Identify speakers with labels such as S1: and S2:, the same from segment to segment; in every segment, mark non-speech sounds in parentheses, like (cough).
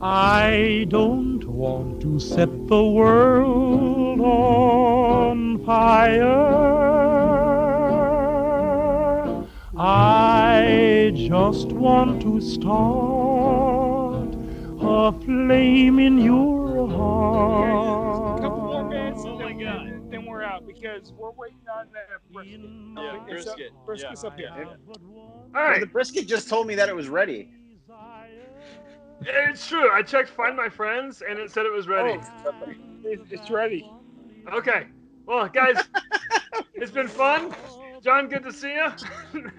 S1: I don't want to set the world on fire. I just want to start a flame in your heart.
S2: A couple more Oh minutes, and then, then, then we're out because we're waiting on that brisket.
S3: Yeah,
S2: It's up-
S3: brisket.
S2: brisket's up here.
S4: All right.
S5: The brisket just told me that it was ready.
S4: It's true. uh, I checked Find My Friends and it said it was ready.
S2: Oh, it- it's ready.
S5: Oh.
S4: Okay.
S5: (laughs)
S4: Well, guys, it's been fun. John, good to see you.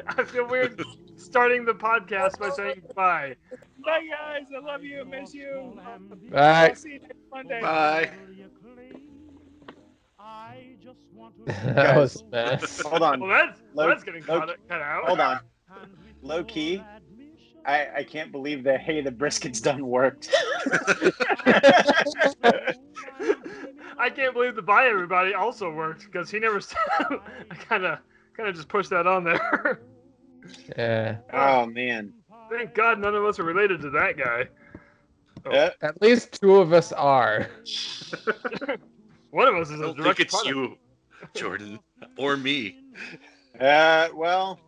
S4: (laughs) I feel weird starting the podcast by saying bye.
S2: Bye, guys. I love you. I miss you.
S6: Bye.
S2: I'll see you next Monday.
S3: Bye.
S1: I just want
S6: (laughs) that was fast.
S5: (laughs) Hold
S4: Well,
S5: on.
S4: that's,
S5: Low-
S4: that's getting
S5: low-
S4: cut, cut out.
S5: Hold on. (laughs) Low key, I, I can't believe that. Hey, the brisket's done
S3: (laughs)
S5: worked.
S4: (laughs) I can't believe the bye everybody also worked because he never. (laughs) said- I kind of kind of just pushed that on there. (laughs)
S6: Yeah.
S5: Oh man.
S4: Thank God none of us are related to that guy.
S5: Yeah.
S6: At least two of us are.
S4: One of us is
S3: I
S4: a
S3: don't
S4: direct
S3: think it's
S4: product.
S3: you, Jordan, or me.
S5: Uh, well,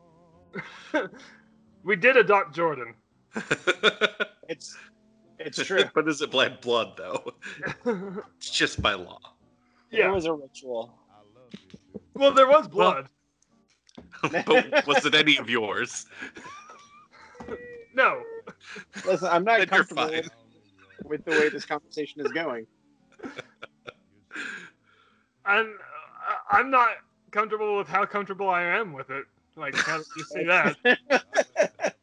S4: we did adopt Jordan. (laughs)
S5: it's it's
S3: (laughs)
S5: true.
S3: but is it by blood though? It's just by law.
S5: It
S4: yeah.
S5: was a ritual.
S4: Well, there was blood.
S3: but was it any of yours?
S4: No.
S5: Listen, I'm not
S3: Then you're
S5: comfortable
S3: fine.
S5: with, with the way this conversation is going.
S4: I'm I- I'm not comfortable with how comfortable I am with it. Like, how do you see that?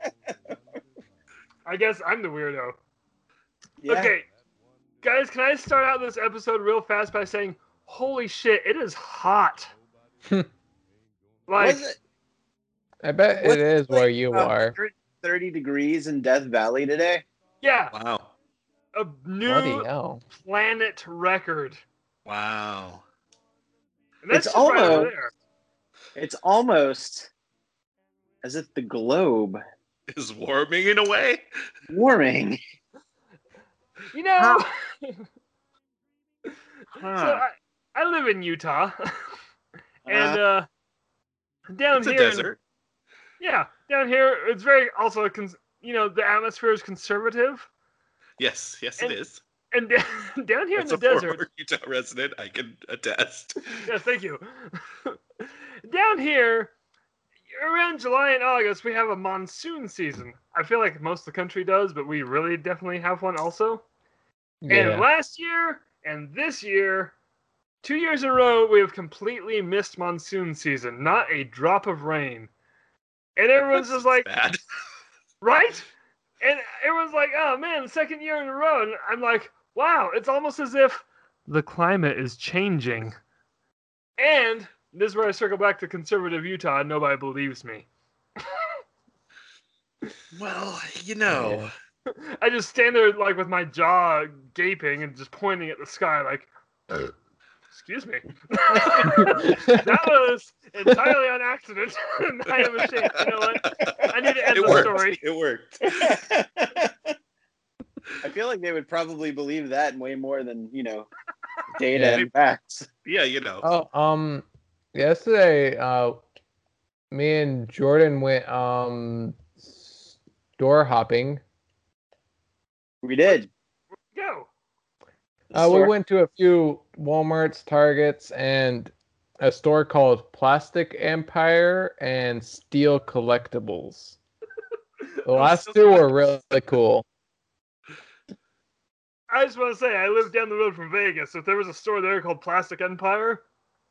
S4: I guess I'm the weirdo.
S5: Yeah.
S4: Okay, guys, can I start out this episode real fast by saying, "Holy shit, it
S5: (laughs)
S4: is hot!" like,
S5: Was it
S6: I bet
S5: What-
S6: it is where you
S5: uh,
S6: are.
S5: 30 degrees in Death Valley today?
S4: yeah,
S3: Wow.
S4: a new
S6: Bloody hell.
S4: planet record.
S3: Wow.
S4: And that's
S5: It's
S4: just right over
S5: almost-
S4: there.
S5: It's almost as if the globe
S3: Is warming in a way?
S5: warming.
S4: You know, (laughs) so
S5: Huh.
S4: I, I live in Utah, (laughs) and uh, down
S3: It's a
S4: here, in-
S3: desert.
S4: yeah, down here, it's very also, cons- you know, the atmosphere is conservative,
S3: Yes, yes,
S4: And
S3: it is.
S4: and (laughs) down here
S3: As
S4: in
S3: a
S4: the desert,
S3: former Utah resident, I can attest.
S4: yeah, thank you. (laughs) Down here, around July and August, we have a monsoon season. I feel like most of the country does, but we really definitely have one also. And
S6: Yeah.
S4: last year and this year, two years in a row, we have completely missed monsoon season. Not a drop of rain. And everyone's
S3: (laughs)
S4: just like,
S3: Bad.
S4: right? And everyone's like, oh man, second year in a row. And I'm like, wow, it's almost as if the climate is changing. And this is where I circle back to conservative Utah. and Nobody believes me. (laughs)
S3: Well, you know.
S4: I just stand there like with my jaw gaping and just pointing at the sky, like, excuse me. (laughs)
S6: (laughs)
S4: that was entirely on accident. (laughs) I am ashamed. You know what? I need to end
S3: It
S4: the
S3: worked.
S4: story.
S3: It worked.
S5: I feel like they would probably believe that way more than, you know, data
S6: Yeah.
S5: and facts.
S3: Yeah, you know.
S6: Oh, um, yesterday, uh, me and Jordan went um store hopping.
S5: We did.
S4: Go.
S6: Uh, we
S5: Store-
S6: went to a few WalMarts, Targets, and a store called Plastic Empire and Steel Collectibles. The last
S3: so
S6: two were really cool.
S4: I just want to say, I live down the road from Vegas. If there was a store there called Plastic Empire,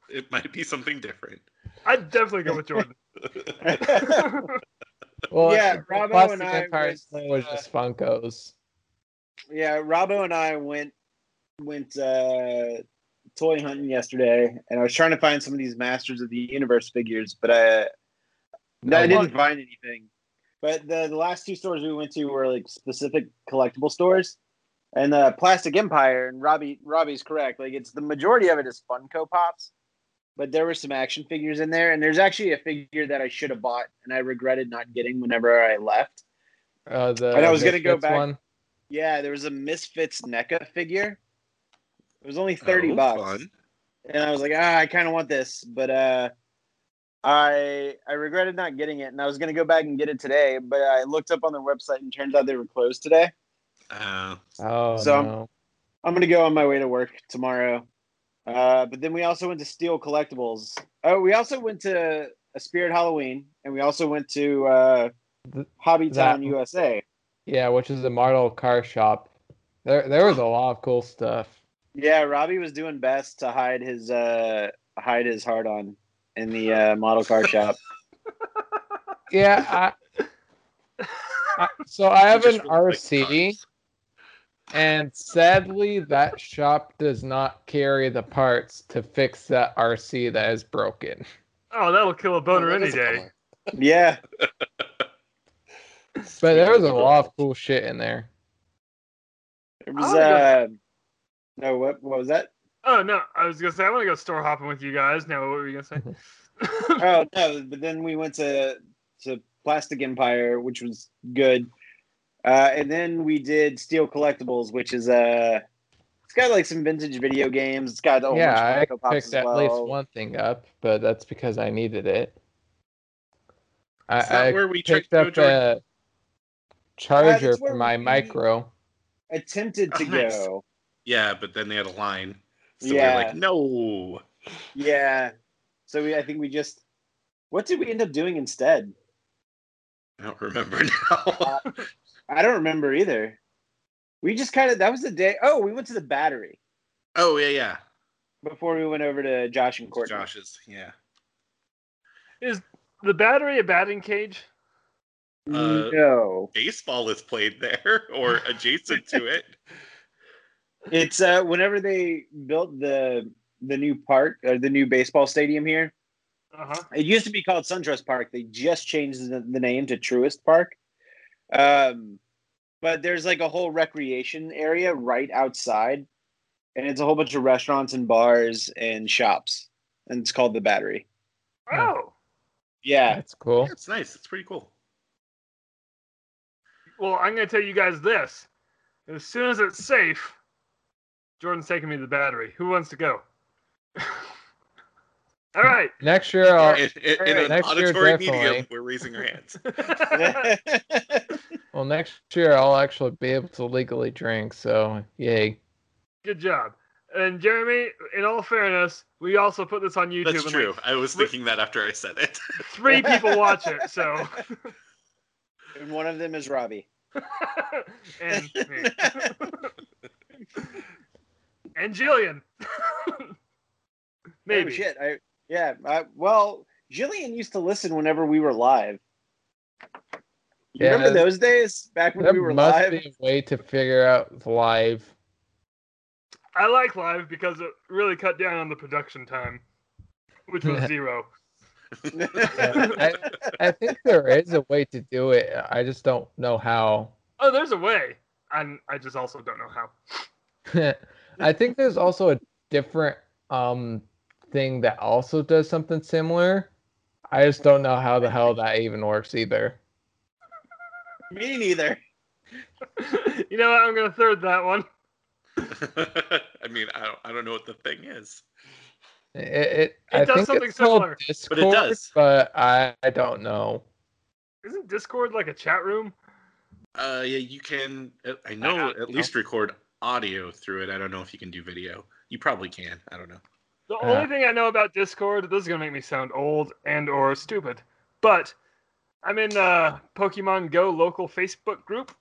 S3: It might be something different.
S4: I'd definitely go
S7: (laughs)
S4: with Jordan.
S5: (laughs)
S6: Well,
S5: Yeah, Bravo
S6: Plastic
S5: and I
S6: Empire
S5: was,
S6: thing was
S5: uh,
S6: just Funkos.
S5: Yeah, Robbo and I went went uh, toy hunting yesterday, and I was trying to find some of these Masters of the Universe figures, but I no, I
S6: No
S5: didn't find anything. But the, the last two stores we went to were like specific collectible stores, and uh, Plastic Empire. And Robbie Robbie's correct; like it's the majority of it is Funko Pops, but there were some action figures in there, and there's actually a figure that I should have bought and I regretted not getting whenever I left.
S6: Uh, the
S5: And I was gonna go
S6: Misfits
S5: back-
S6: One.
S5: Yeah, there was a Misfits NECA figure. It was only thirty
S3: Oh,
S5: bucks.
S3: fun.
S5: and I was like, ah, I kind of want this, but uh, I I regretted not getting it, and I was gonna go back and get it today, but I looked up on their website and turns out they were closed today.
S3: Uh,
S6: Oh
S5: So-
S6: no.
S5: I'm gonna go on my way to work tomorrow. Uh, but then we also went to Steel Collectibles. Oh, we also went to a Spirit Halloween, and we also went to uh,
S6: Th-
S5: Hobby Town
S6: that-
S5: USA.
S6: Yeah, which is a model car shop. There there was a lot of cool stuff.
S5: Yeah, Robbie was doing best to hide his uh, hide his heart on in the uh, model
S6: (laughs)
S5: car shop.
S6: Yeah,
S5: (laughs)
S6: I, I so I have
S3: just
S6: an
S3: really like
S6: RC.
S3: cars.
S6: And sadly, that shop does not carry the parts to fix that RC that is broken.
S4: Oh, that'll kill a boner
S7: Oh,
S4: any
S7: that's a
S4: day.
S7: bummer.
S5: yeah,
S6: But there was a lot of cool shit in there.
S5: it was.
S4: Oh, yeah.
S5: Uh, no, what what was
S6: (laughs)
S5: that?
S4: Oh no, I was gonna say I want to go store hopping with you guys. Now, what were you
S7: (laughs)
S4: gonna say?
S5: Oh no! But then we went to to Plastic Empire, which was good, uh, and then we did Steel Collectibles, which is uh, it's got like some vintage video games. It's got a whole
S6: yeah,
S5: bunch of Funko
S6: I
S5: Pops
S6: picked
S5: as
S6: at
S5: well.
S6: least one thing up, but that's because I needed it.
S3: Is that
S6: I, I
S3: where we tricked
S6: picked
S3: you,
S6: up
S3: Jordan?
S6: a charger
S5: that's where
S6: for my
S5: we-
S6: micro.
S5: Attempted to
S6: (laughs)
S3: Oh, nice.
S5: go,
S3: Yeah, but then they had a line. So
S5: Yeah.
S3: we were like, no.
S5: yeah. So we, I think we just what did we end up doing instead?
S3: I don't remember (laughs)
S5: Uh,
S3: now.
S5: I don't remember either. We just kind of that was the day. Oh, we went to the Battery
S3: oh, yeah, yeah.
S5: before we went over to Josh and Courtney.
S3: Josh's. Yeah.
S4: the battery, a batting cage.
S3: Uh,
S5: no.
S3: Baseball is played there (laughs) or adjacent to it.
S5: It's uh, whenever they built the the new park or the new baseball stadium here.
S4: Uh huh.
S5: It used to be called SunTrust Park. They just changed the, the name to Truist Park. Um, but there's like a whole recreation area right outside, and it's a whole bunch of restaurants and bars and shops, and it's called the Battery.
S4: Oh,
S6: (laughs)
S5: Yeah, (laughs)
S6: That's cool.
S3: It's nice. It's pretty cool.
S4: well, I'm gonna tell you guys this. As soon as it's safe, Jordan's taking me to the battery. Who wants to go? (laughs)
S7: (laughs)
S4: All right. (laughs)
S6: Next year, I'll,
S3: In, in- in an
S6: Next year,
S3: auditory medium,
S6: definitely.
S3: we're raising
S5: (laughs)
S3: our hands.
S6: well, next year I'll actually be able to legally drink. So yay!
S4: Good job. And Jeremy, in all fairness, we also put this on YouTube.
S3: That's
S4: and
S3: true.
S4: like,
S3: I was thinking that after I said it. (laughs)
S5: (laughs)
S4: three people watch it, so
S5: and one of them is Robbie. Oh,
S4: and me. and Jillian. (laughs) Maybe.
S5: Oh, shit. I yeah. I, well, Jillian used to listen whenever we were live. You
S6: Yeah.
S5: remember those days back when
S6: There
S5: we were
S6: must
S5: live? (laughs)
S6: be a way to figure out live.
S3: (laughs)
S4: I like live because it really cut down on the production time, which was zero.
S6: Yeah, I, I think there is a way to do it. I just don't know how.
S4: Oh, there's a way. And I just also don't know how. (laughs)
S6: (laughs) I think there's also a different um thing that also does something similar. I just don't know how the hell that even works either.
S5: Me neither.
S4: you know what? I'm going to third that one.
S3: I mean, I don't, I don't know what the thing is.
S6: It, it,
S4: It
S6: I
S4: does
S6: think
S4: something
S6: it's called
S4: similar.
S6: Discord,
S3: does.
S6: but I, I don't know.
S4: Isn't Discord like a chat room?
S3: Uh, yeah, you can. uh, I know at least record audio through it. I don't know if you can do video. You probably can. I don't know.
S4: The
S6: Yeah.
S4: only thing I know about Discord, this is gonna make me sound old and or stupid, but I'm in uh Pokemon Go local Facebook group,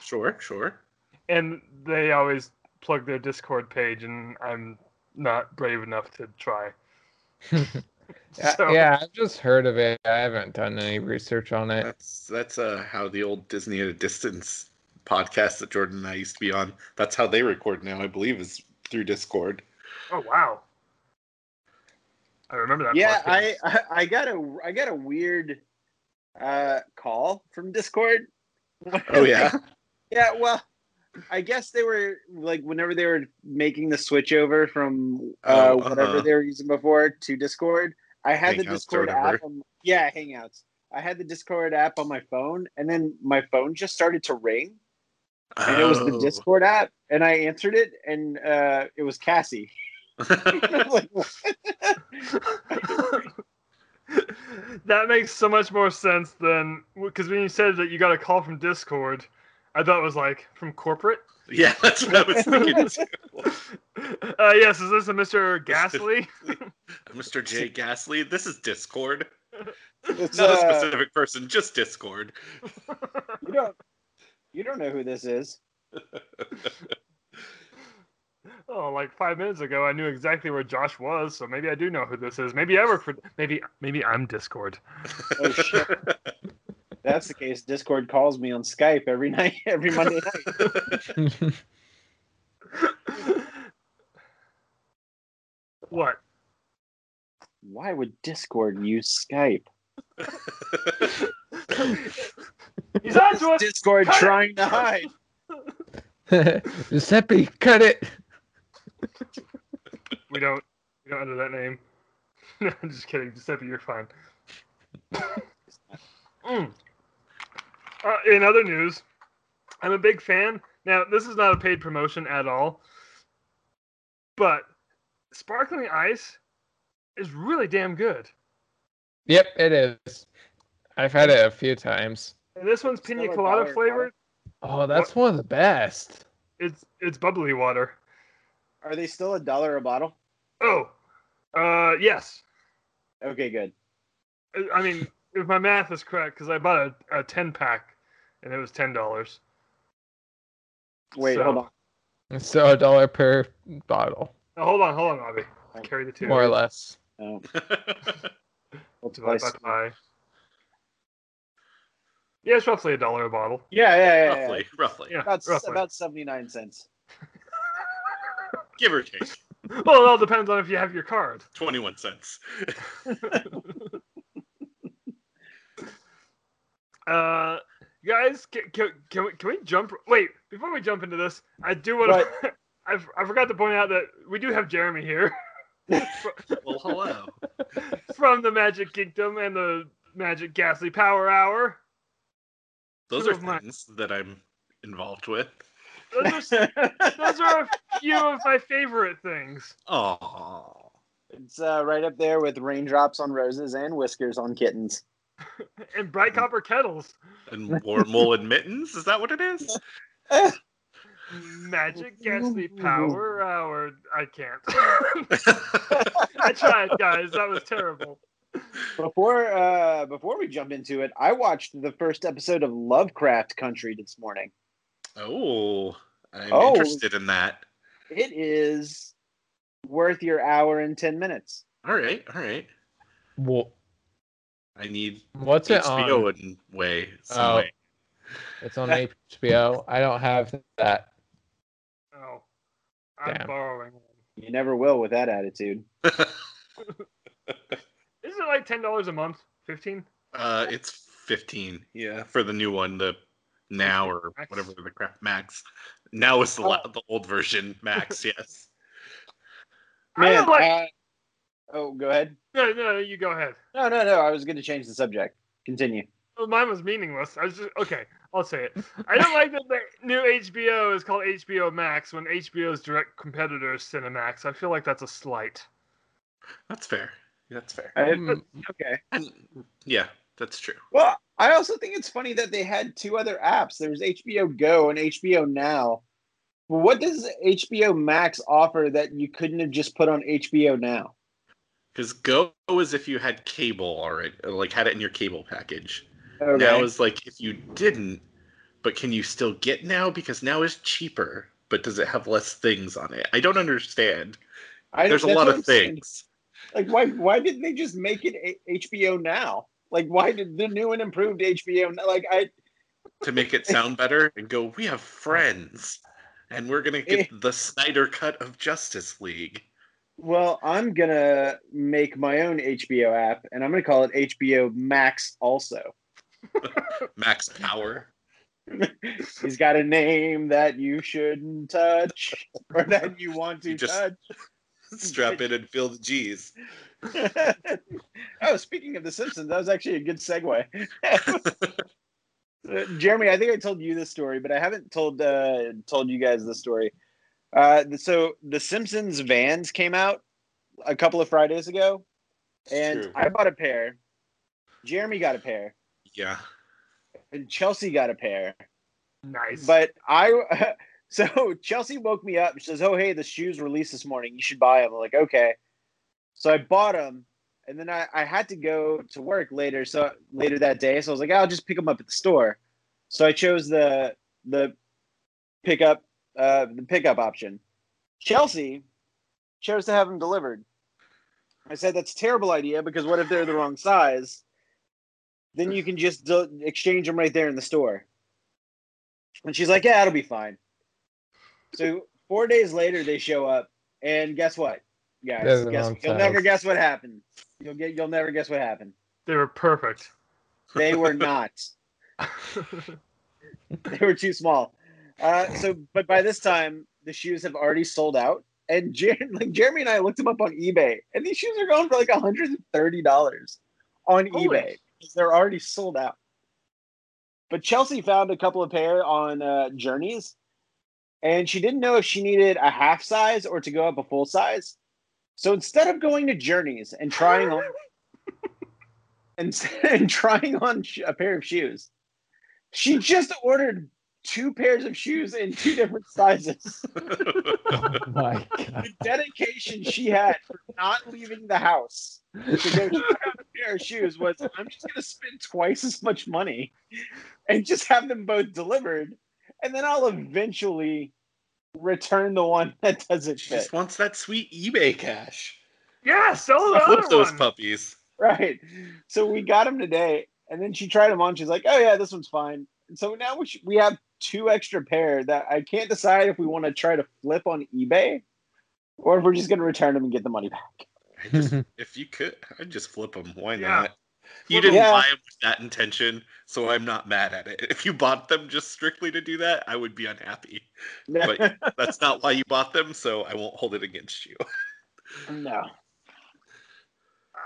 S3: Sure, sure.
S4: and they always plug their Discord page, and I'm not brave enough to try.
S6: (laughs) Yeah,
S4: So-
S6: Uh, yeah, I've just heard of it. I haven't done any research on it. (laughs)
S3: That's that's uh, how the old Disney at a Distance podcast that Jordan and I used to be on. That's how they record now. I believe is through Discord.
S4: Oh wow, I remember that.
S5: yeah, I,
S4: podcast.
S5: I I got a I got a weird uh call from Discord.
S3: Oh yeah. (laughs)
S5: Yeah, well, I guess they were like whenever they were making the switch over from uh,
S3: Oh,
S5: whatever
S3: uh-huh.
S5: they were using before to Discord. I had the
S3: Hangouts or
S5: Discord
S3: whatever.
S5: app. On, yeah, Hangouts. I had the Discord app on my phone, and then my phone just started to ring, and it was
S3: Oh.
S5: the Discord app, and I answered it, and uh, it was Cassie. (laughs)
S3: Oh.
S5: I'm like,
S4: (laughs) that makes so much more sense than because when you said that you got a call from Discord, I thought it was like from corporate.
S3: (laughs)
S4: (laughs)
S3: yeah, that's what I was thinking. too.
S4: uh, yes, is this a Mr. Ghastly?
S3: Mr. J. Gasly, this is Discord.
S5: it's,
S3: (laughs) Not a
S5: uh,
S3: specific person, just Discord. (laughs)
S5: you don't you don't know who this is.
S4: oh, like five minutes ago, I knew exactly where Josh was, so maybe I do know who this is. Maybe I work for. Maybe maybe I'm Discord.
S5: Oh
S3: (laughs)
S5: shit! That's the case. Discord calls me on Skype every night, (laughs) every Monday night.
S4: what?
S5: Why would Discord use Skype?
S4: He's on to us.
S5: Discord trying to hide.
S6: Giuseppe, cut it.
S4: We don't. We don't under that name. (laughs) No, I'm just kidding, Giuseppe. You're fine. (laughs) Mm. Uh, in other news, I'm a big fan. Now, this is not a paid promotion at all, but sparkling ice is really damn good.
S6: Yep, it is. I've had it a few times.
S4: And this one's
S5: It's still
S4: pina
S5: a
S4: colada
S5: dollar
S4: flavored.
S6: Oh, that's one of the best.
S4: It's it's bubbly water.
S5: Are they still a dollar a bottle?
S4: Oh, uh, yes.
S5: Okay, good.
S4: I- I mean, if my math is correct, because I bought a, a ten pack, and it was ten dollars.
S5: Wait,
S4: So-
S5: hold on.
S6: So a dollar per bottle,
S4: Now, hold on, hold on, Robbie. Carry the two.
S6: more or less.
S5: No,
S4: Divide
S5: multiply-
S4: by pi. Yeah, it's roughly a dollar a bottle.
S5: Yeah, yeah, yeah. yeah.
S3: roughly, roughly.
S4: Yeah,
S5: About
S4: roughly.
S5: about seventy nine cents.
S3: Give or take.
S4: Well, it all depends on if you have your card.
S3: 21 cents.
S4: Uh, guys, can, can, can we can we jump? Wait, before we jump into this, I do want to. (laughs) I, f- I forgot to point out that we do have Jeremy here (laughs)
S3: Well, hello.
S4: from the Magic Kingdom and the Magic Ghastly Power Hour.
S3: Those
S4: Two
S3: are
S4: of mine.
S3: things that I'm involved with.
S4: Those are s- Those are a few of my favorite things.
S3: Oh,
S5: It's uh, right up there with raindrops on roses and whiskers on kittens.
S4: And bright copper kettles,
S3: and warm woolen mittens? Is that what it is?
S4: magic, ghastly power hour. I can't. (laughs) I tried, guys. That was terrible.
S5: Before uh, before we jump into it, I watched the first episode of Lovecraft Country this morning.
S3: oh, I'm
S5: Oh.
S3: interested in that.
S5: It is worth your hour and ten minutes.
S3: All right, all right.
S6: Wha-
S3: I need
S6: What's it
S3: HBO
S6: on?
S3: in way. Some
S6: Oh.
S3: way.
S6: It's on HBO. I don't have that.
S4: Oh, I'm
S6: Damn.
S4: borrowing. one.
S5: You never will with that attitude.
S4: Isn't it like ten dollars a month? Fifteen?
S3: Uh, it's 15. Yeah, for the new one, the now or
S4: Max.
S3: whatever the crap Max. Now is the
S6: Oh.
S3: la- the
S6: (laughs)
S3: old version Max. Yes.
S4: I
S5: Man,
S4: don't like.
S5: uh, oh, go ahead.
S4: No, no, you go ahead.
S5: No, no, no. I was going to change the subject. Continue.
S4: Well, mine was meaningless. I was just okay. I'll say it. I don't like that the new HBO is called HBO Max when HBO's direct competitor is Cinemax. I feel like that's a slight.
S3: That's fair. That's fair.
S5: I-
S6: Mm,
S5: Um, okay.
S3: And yeah, that's true.
S5: Well, I also think it's funny that they had two other apps. There was HBO Go and HBO Now. Well, what does HBO Max offer that you couldn't have just put on HBO Now?
S3: Because Go is if you had cable already, or, like had it in your cable package.
S5: Okay.
S3: Now is like if you didn't, but can you still get now? Because now is cheaper, but does it have less things on it? I don't understand.
S5: I,
S3: There's a
S5: that's
S3: lot
S5: what
S3: of
S5: I'm saying.
S3: things.
S5: Like, why why didn't they just make it a- HBO Now? Like, why did the new and improved HBO? Now, like, I
S3: to make
S5: (laughs)
S3: it sound better and go, we have friends and we're going
S5: (laughs)
S3: to get the Snyder cut of Justice League.
S5: well, I'm gonna make my own HBO app, and I'm gonna call it HBO Max. Also,
S3: Max Power. (laughs)
S5: he's got a name that you shouldn't touch, (laughs) or that you want to
S3: You just-
S5: touch.
S3: Strap in and feel the G's.
S5: (laughs) oh, speaking of The Simpsons, that was actually a good segue. (laughs) Uh, Jeremy, I think I told you this story, but I haven't told uh, told you guys this story. Uh, so the Simpsons Vans came out a couple of Fridays ago, and
S3: True.
S5: I bought a pair. Jeremy got a pair,
S3: Yeah.
S5: and Chelsea got a pair.
S4: Nice.
S5: But I, (laughs) so Chelsea woke me up. She says, "Oh, hey, the shoes released this morning. You should buy them." I'm like, okay. So I bought them, and then I, I had to go to work later. So later that day, so I was like, I'll just pick them up at the store. So I chose the the pickup uh, the pickup option. Chelsea chose to have them delivered. I said that's a terrible idea because what if they're the wrong size? Then you can just del- exchange them right there in the store. And she's like, yeah, it'll be fine. So four days later, they show up, and guess what,
S6: They're
S5: guys?
S6: the
S5: Guess,
S6: wrong
S5: you'll
S6: size.
S5: never guess what happened. You'll get. You'll never guess what happened.
S4: they were perfect.
S5: They were not. they were too small. Uh, so, but by this time, the shoes have already sold out. And Jer- like Jeremy and I looked them up on eBay, and these shoes are going for like hundred and thirty dollars on
S4: Holy.
S5: eBay. 'cause They're already sold out. But Chelsea found a couple of pair on uh, Journeys, and she didn't know if she needed a half size or to go up a full size. So instead of going to Journeys and trying on and, and trying on sh- a pair of shoes, she just ordered two pairs of shoes in two different sizes.
S6: (laughs) Oh my god.
S5: The dedication she had for not leaving the house to go try on a pair of shoes was I'm just going to spend twice as much money and just have them both delivered. And then I'll eventually return the one that doesn't
S3: She
S5: fit.
S3: just wants that sweet eBay cash.
S4: Yeah, sell the
S3: Flip
S4: other
S3: those
S4: one.
S3: puppies.
S5: (laughs) Right. So we got them today. And then she tried them on. She's like, oh, yeah, this one's fine. And so now we, sh- we have two extra pair that I can't decide if we want to try to flip on eBay or if we're just going to return them and get the money back. (laughs)
S3: I just, if you could, I'd just flip them. Why
S4: Yeah.
S3: not?
S4: Flip
S3: You
S4: 'em.
S3: didn't
S5: Yeah.
S3: buy them with that intention, so I'm not mad at it. (laughs) If you bought them just strictly to do that, I would be unhappy.
S4: (laughs)
S3: But- That's not why you bought them, so I won't hold it against you. (laughs)
S5: no.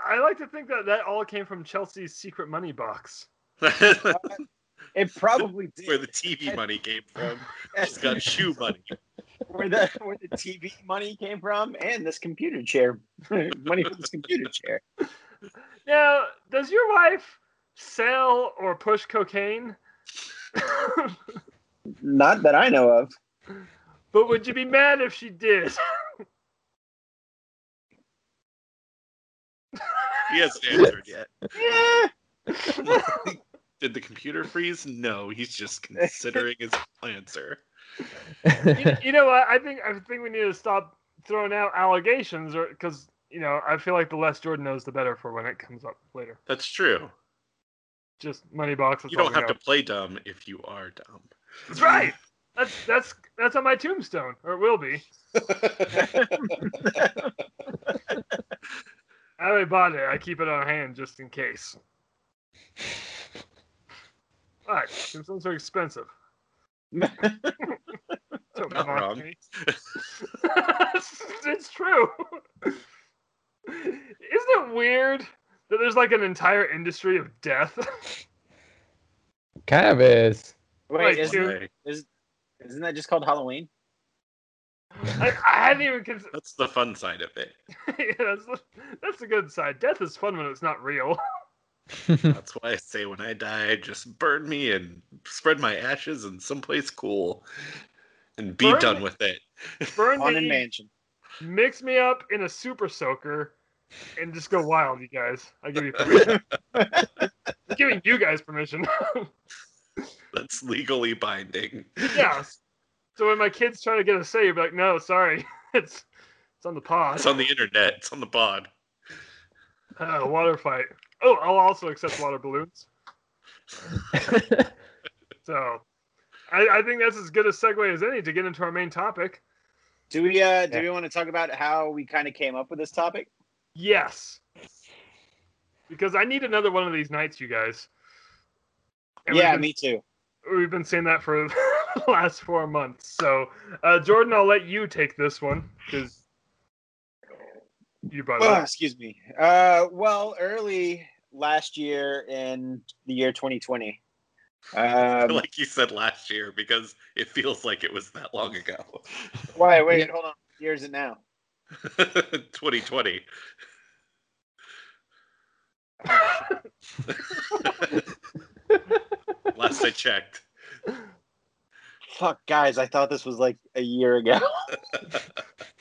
S4: I like to think that that all came from Chelsea's secret money box.
S3: Where
S5: It
S3: (laughs)
S5: probably did.
S3: the
S4: (laughs)
S3: TV money came from. She's got shoe money.
S5: (laughs) where the where the TV money came from and this computer chair (laughs) money from this computer chair.
S4: Now, does your wife sell or push cocaine? (laughs)
S5: Not that I know of.
S4: but would you be mad if she did?
S3: He hasn't answered
S4: (laughs)
S3: yet.
S5: (laughs) Yeah.
S3: Did the computer freeze? No, he's
S4: (laughs)
S3: just considering his answer.
S4: you, you know what? I think I think we need to stop throwing out allegations, or because you know I feel like the less Jordan knows, the better for when it comes up later.
S3: That's true.
S4: Just money box. that's
S3: You
S4: all
S3: don't
S4: we
S3: have
S4: know.
S3: to play dumb if you are dumb.
S4: That's right. That's that's that's on my tombstone, or it will
S3: (laughs)
S4: be. I haven't bought it. I keep it on hand just in case. Why? Tombstones are expensive.
S3: (laughs)
S4: Don't
S3: Not
S4: mock
S3: wrong.
S4: me. (laughs) it's true. Isn't it weird that there's like an entire industry of death? (laughs)
S6: kind of is.
S5: Wait,
S4: Like,
S5: isn't,
S4: dude,
S3: Why?
S5: isn't that just called Halloween?
S4: I, I hadn't even considered.
S3: That's the fun side of it.
S4: (laughs) that's, the- that's the good side. Death is fun when it's not real. (laughs)
S3: That's why I say when I die, just burn me and spread my ashes in someplace cool and be
S4: Burn
S3: done
S4: me-
S3: with it.
S4: Burn
S5: Haunted
S4: me,
S5: Mansion.
S4: mix me up in a super soaker, and just go wild, you guys. I give you permission. I'm giving you guys permission. (laughs)
S3: That's legally binding.
S4: yeah. So when my kids try to get a save, like, no, sorry, (laughs) it's it's on the pod.
S3: (laughs) It's on the internet, it's on the pod.
S4: Uh, water fight. Oh, I'll also accept water balloons. So, I, I think that's as good a segue as any to get into our main topic.
S5: Do we uh do
S6: Yeah.
S5: we want to talk about how we kind of came up with this topic?
S4: Yes. Because I need another one of these nights, you guys. And
S5: yeah,
S4: we've been,
S5: me too.
S4: we've been saying that for (laughs) the last four months. So, uh, Jordan, I'll let you take this one because you brought it
S5: Ugh, (sighs)
S4: up.
S5: excuse me. Uh well, early last year in the year 2020, Um,
S3: like you said last year, because it feels like it was that long ago. (laughs)
S5: why? Wait, hold on. What year is it now?
S3: 2020. Last I checked.
S5: Fuck, guys, I thought this was like a year ago.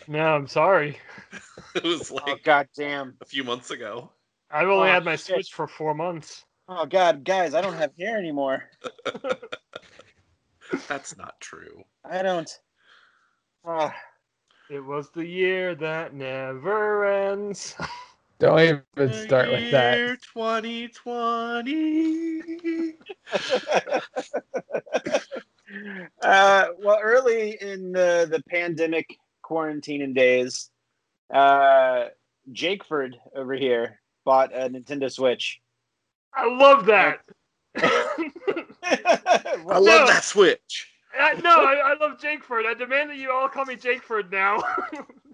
S4: No, I'm sorry.
S3: It was
S5: Oh,
S3: like
S5: god damn.
S3: a few months ago.
S4: I've only
S5: Oh,
S4: had my
S5: shit.
S4: Switch for four months.
S5: Oh, god, guys, I don't have hair anymore.
S3: That's not true.
S5: I don't. Ah,
S4: It was the year that never ends. (laughs)
S6: Don't even start with
S3: Year
S6: that.
S3: 2020.
S5: uh, well, early in the, the pandemic quarantine and days, uh, Jakeford over here bought a Nintendo Switch. (laughs)
S4: I love that.
S3: I
S5: Well,
S3: love that switch.
S4: I, Uh, no,
S5: (laughs)
S4: I, I love Jakeford. I demand that you all call me Jakeford now.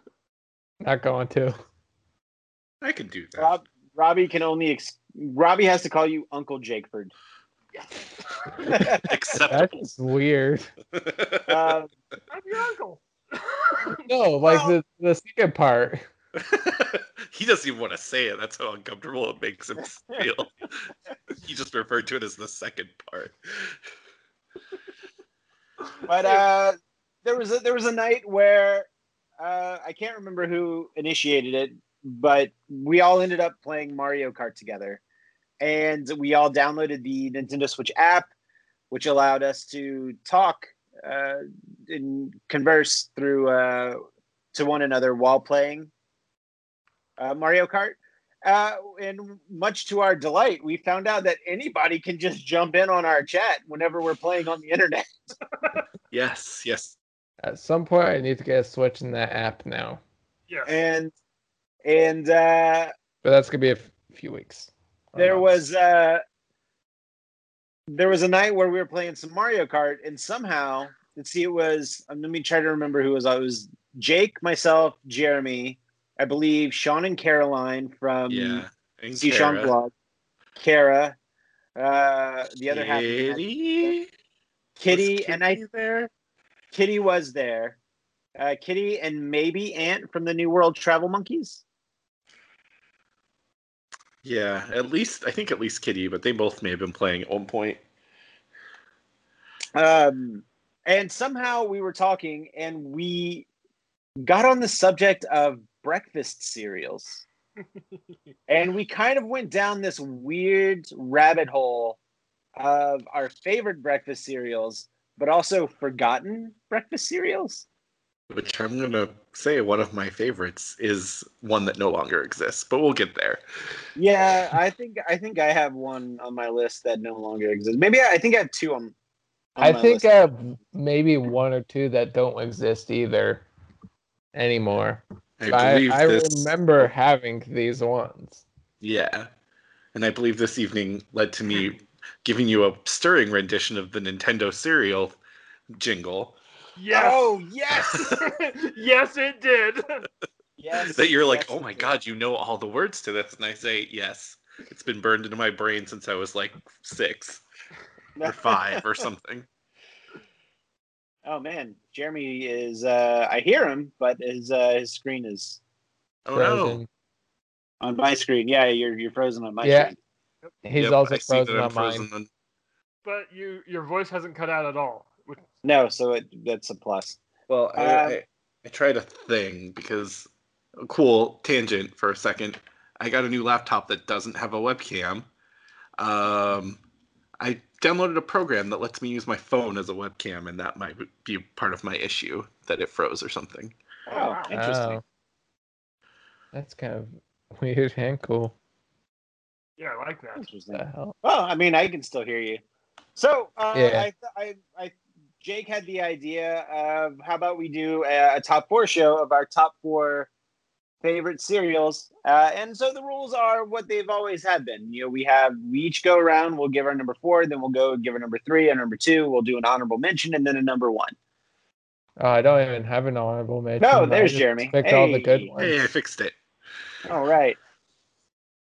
S4: (laughs)
S6: Not going to.
S3: I can do that.
S5: (laughs) Rob, Robbie can only ex- Robbie has to call you Uncle Jakeford.
S3: Acceptable.
S6: That's weird.
S5: Uh,
S4: I'm your uncle.
S6: No, like the, the second part.
S3: (laughs) he doesn't even want to say it. That's how uncomfortable it makes him
S5: (laughs)
S3: feel. he just referred to it as the second part.
S5: but uh, there was a, there was a night where uh, I can't remember who initiated it, but we all ended up playing Mario Kart together, and we all downloaded the Nintendo Switch app, which allowed us to talk uh, and converse through uh, to one another while playing uh, Mario Kart. Uh, and much to our delight, we found out that anybody can just jump in on our chat whenever we're playing on the internet.
S3: Yes, yes.
S6: At some point, I need to get a Switch in that app now.
S4: Yes.
S5: and and uh,
S6: But that's going to be a f- few weeks. Um, or
S5: there
S6: months.
S5: was uh, there was a night where we were playing some Mario Kart, and somehow let's see, it was um, let me try to remember who it was. I was Jake, myself, Jeremy, I believe Sean and Caroline from
S3: yeah. And
S5: See Sean
S3: Kara.
S5: blog, Kara, uh, the other half, of the night,
S3: Kitty?
S5: Kitty, and I
S3: Kitty there.
S5: Kitty was there. Uh, Kitty and maybe Ant from the New World Travel Monkeys.
S3: Yeah, at least I think at least Kitty, but they both may have been playing at one point.
S5: um, and somehow we were talking and we got on the subject of breakfast cereals and we kind of went down this weird rabbit hole of our favorite breakfast cereals but also forgotten breakfast cereals
S3: Which I'm gonna say one of my favorites is one that no longer exists, but we'll get there.
S5: yeah i think i think i have one on my list that no longer exists maybe i, I think i have two on, on
S6: I
S5: my
S6: think
S5: list.
S6: I have maybe one or two that don't exist either anymore.
S3: I
S6: But I,
S3: believe
S6: I
S3: this.
S6: remember having these ones.
S3: Yeah. And I believe this evening led to me giving you a stirring rendition of the Nintendo cereal jingle
S4: yes.
S5: oh yes
S4: yes, it did. (laughs)
S5: yes
S3: that you're like,
S5: yes,
S3: oh
S5: it
S3: my
S5: is.
S3: god, you know all the words to this. And I say, yes. It's been burned into my brain since I was like six or five or something.
S5: Oh man, Jeremy is. Uh, I hear him, but his uh, his screen is
S3: Oh no.
S6: Frozen.
S5: on my screen. Yeah, you're you're frozen on my
S6: Yeah.
S5: screen.
S6: He's
S3: Yep,
S6: also
S3: I see that
S6: frozen
S3: I'm
S6: on mine.
S3: frozen on-
S4: But you, your voice hasn't cut out at all. Which,
S5: No, so it, that's a plus.
S3: Well, I,
S5: Um,
S3: I, I tried a thing because, cool tangent for a second. I got a new laptop that doesn't have a webcam. Um, I downloaded a program that lets me use my phone as a webcam, and that might be part of my issue that it froze or something.
S5: Oh, interesting.
S6: Oh. That's kind of (laughs) weird and cool.
S4: yeah, I like that.
S5: Interesting.
S6: What the hell?
S5: Well, I mean, I can still hear you. So, uh,
S6: Yeah.
S5: I, I, I, Jake had the idea of how about we do a, a top four show of our top four favorite cereals. Uh, and so the rules are what they've always have been. You know, we have we each go around. We'll give our number four, then we'll go give our number three, our number two. We'll do an honorable mention, and then a number one.
S6: Oh, I don't even have an honorable mention.
S5: No,
S6: I
S5: there's
S6: just
S5: Jeremy.
S6: Picked all the good
S5: Hey.
S6: ones.
S3: Hey, I fixed it.
S5: All right.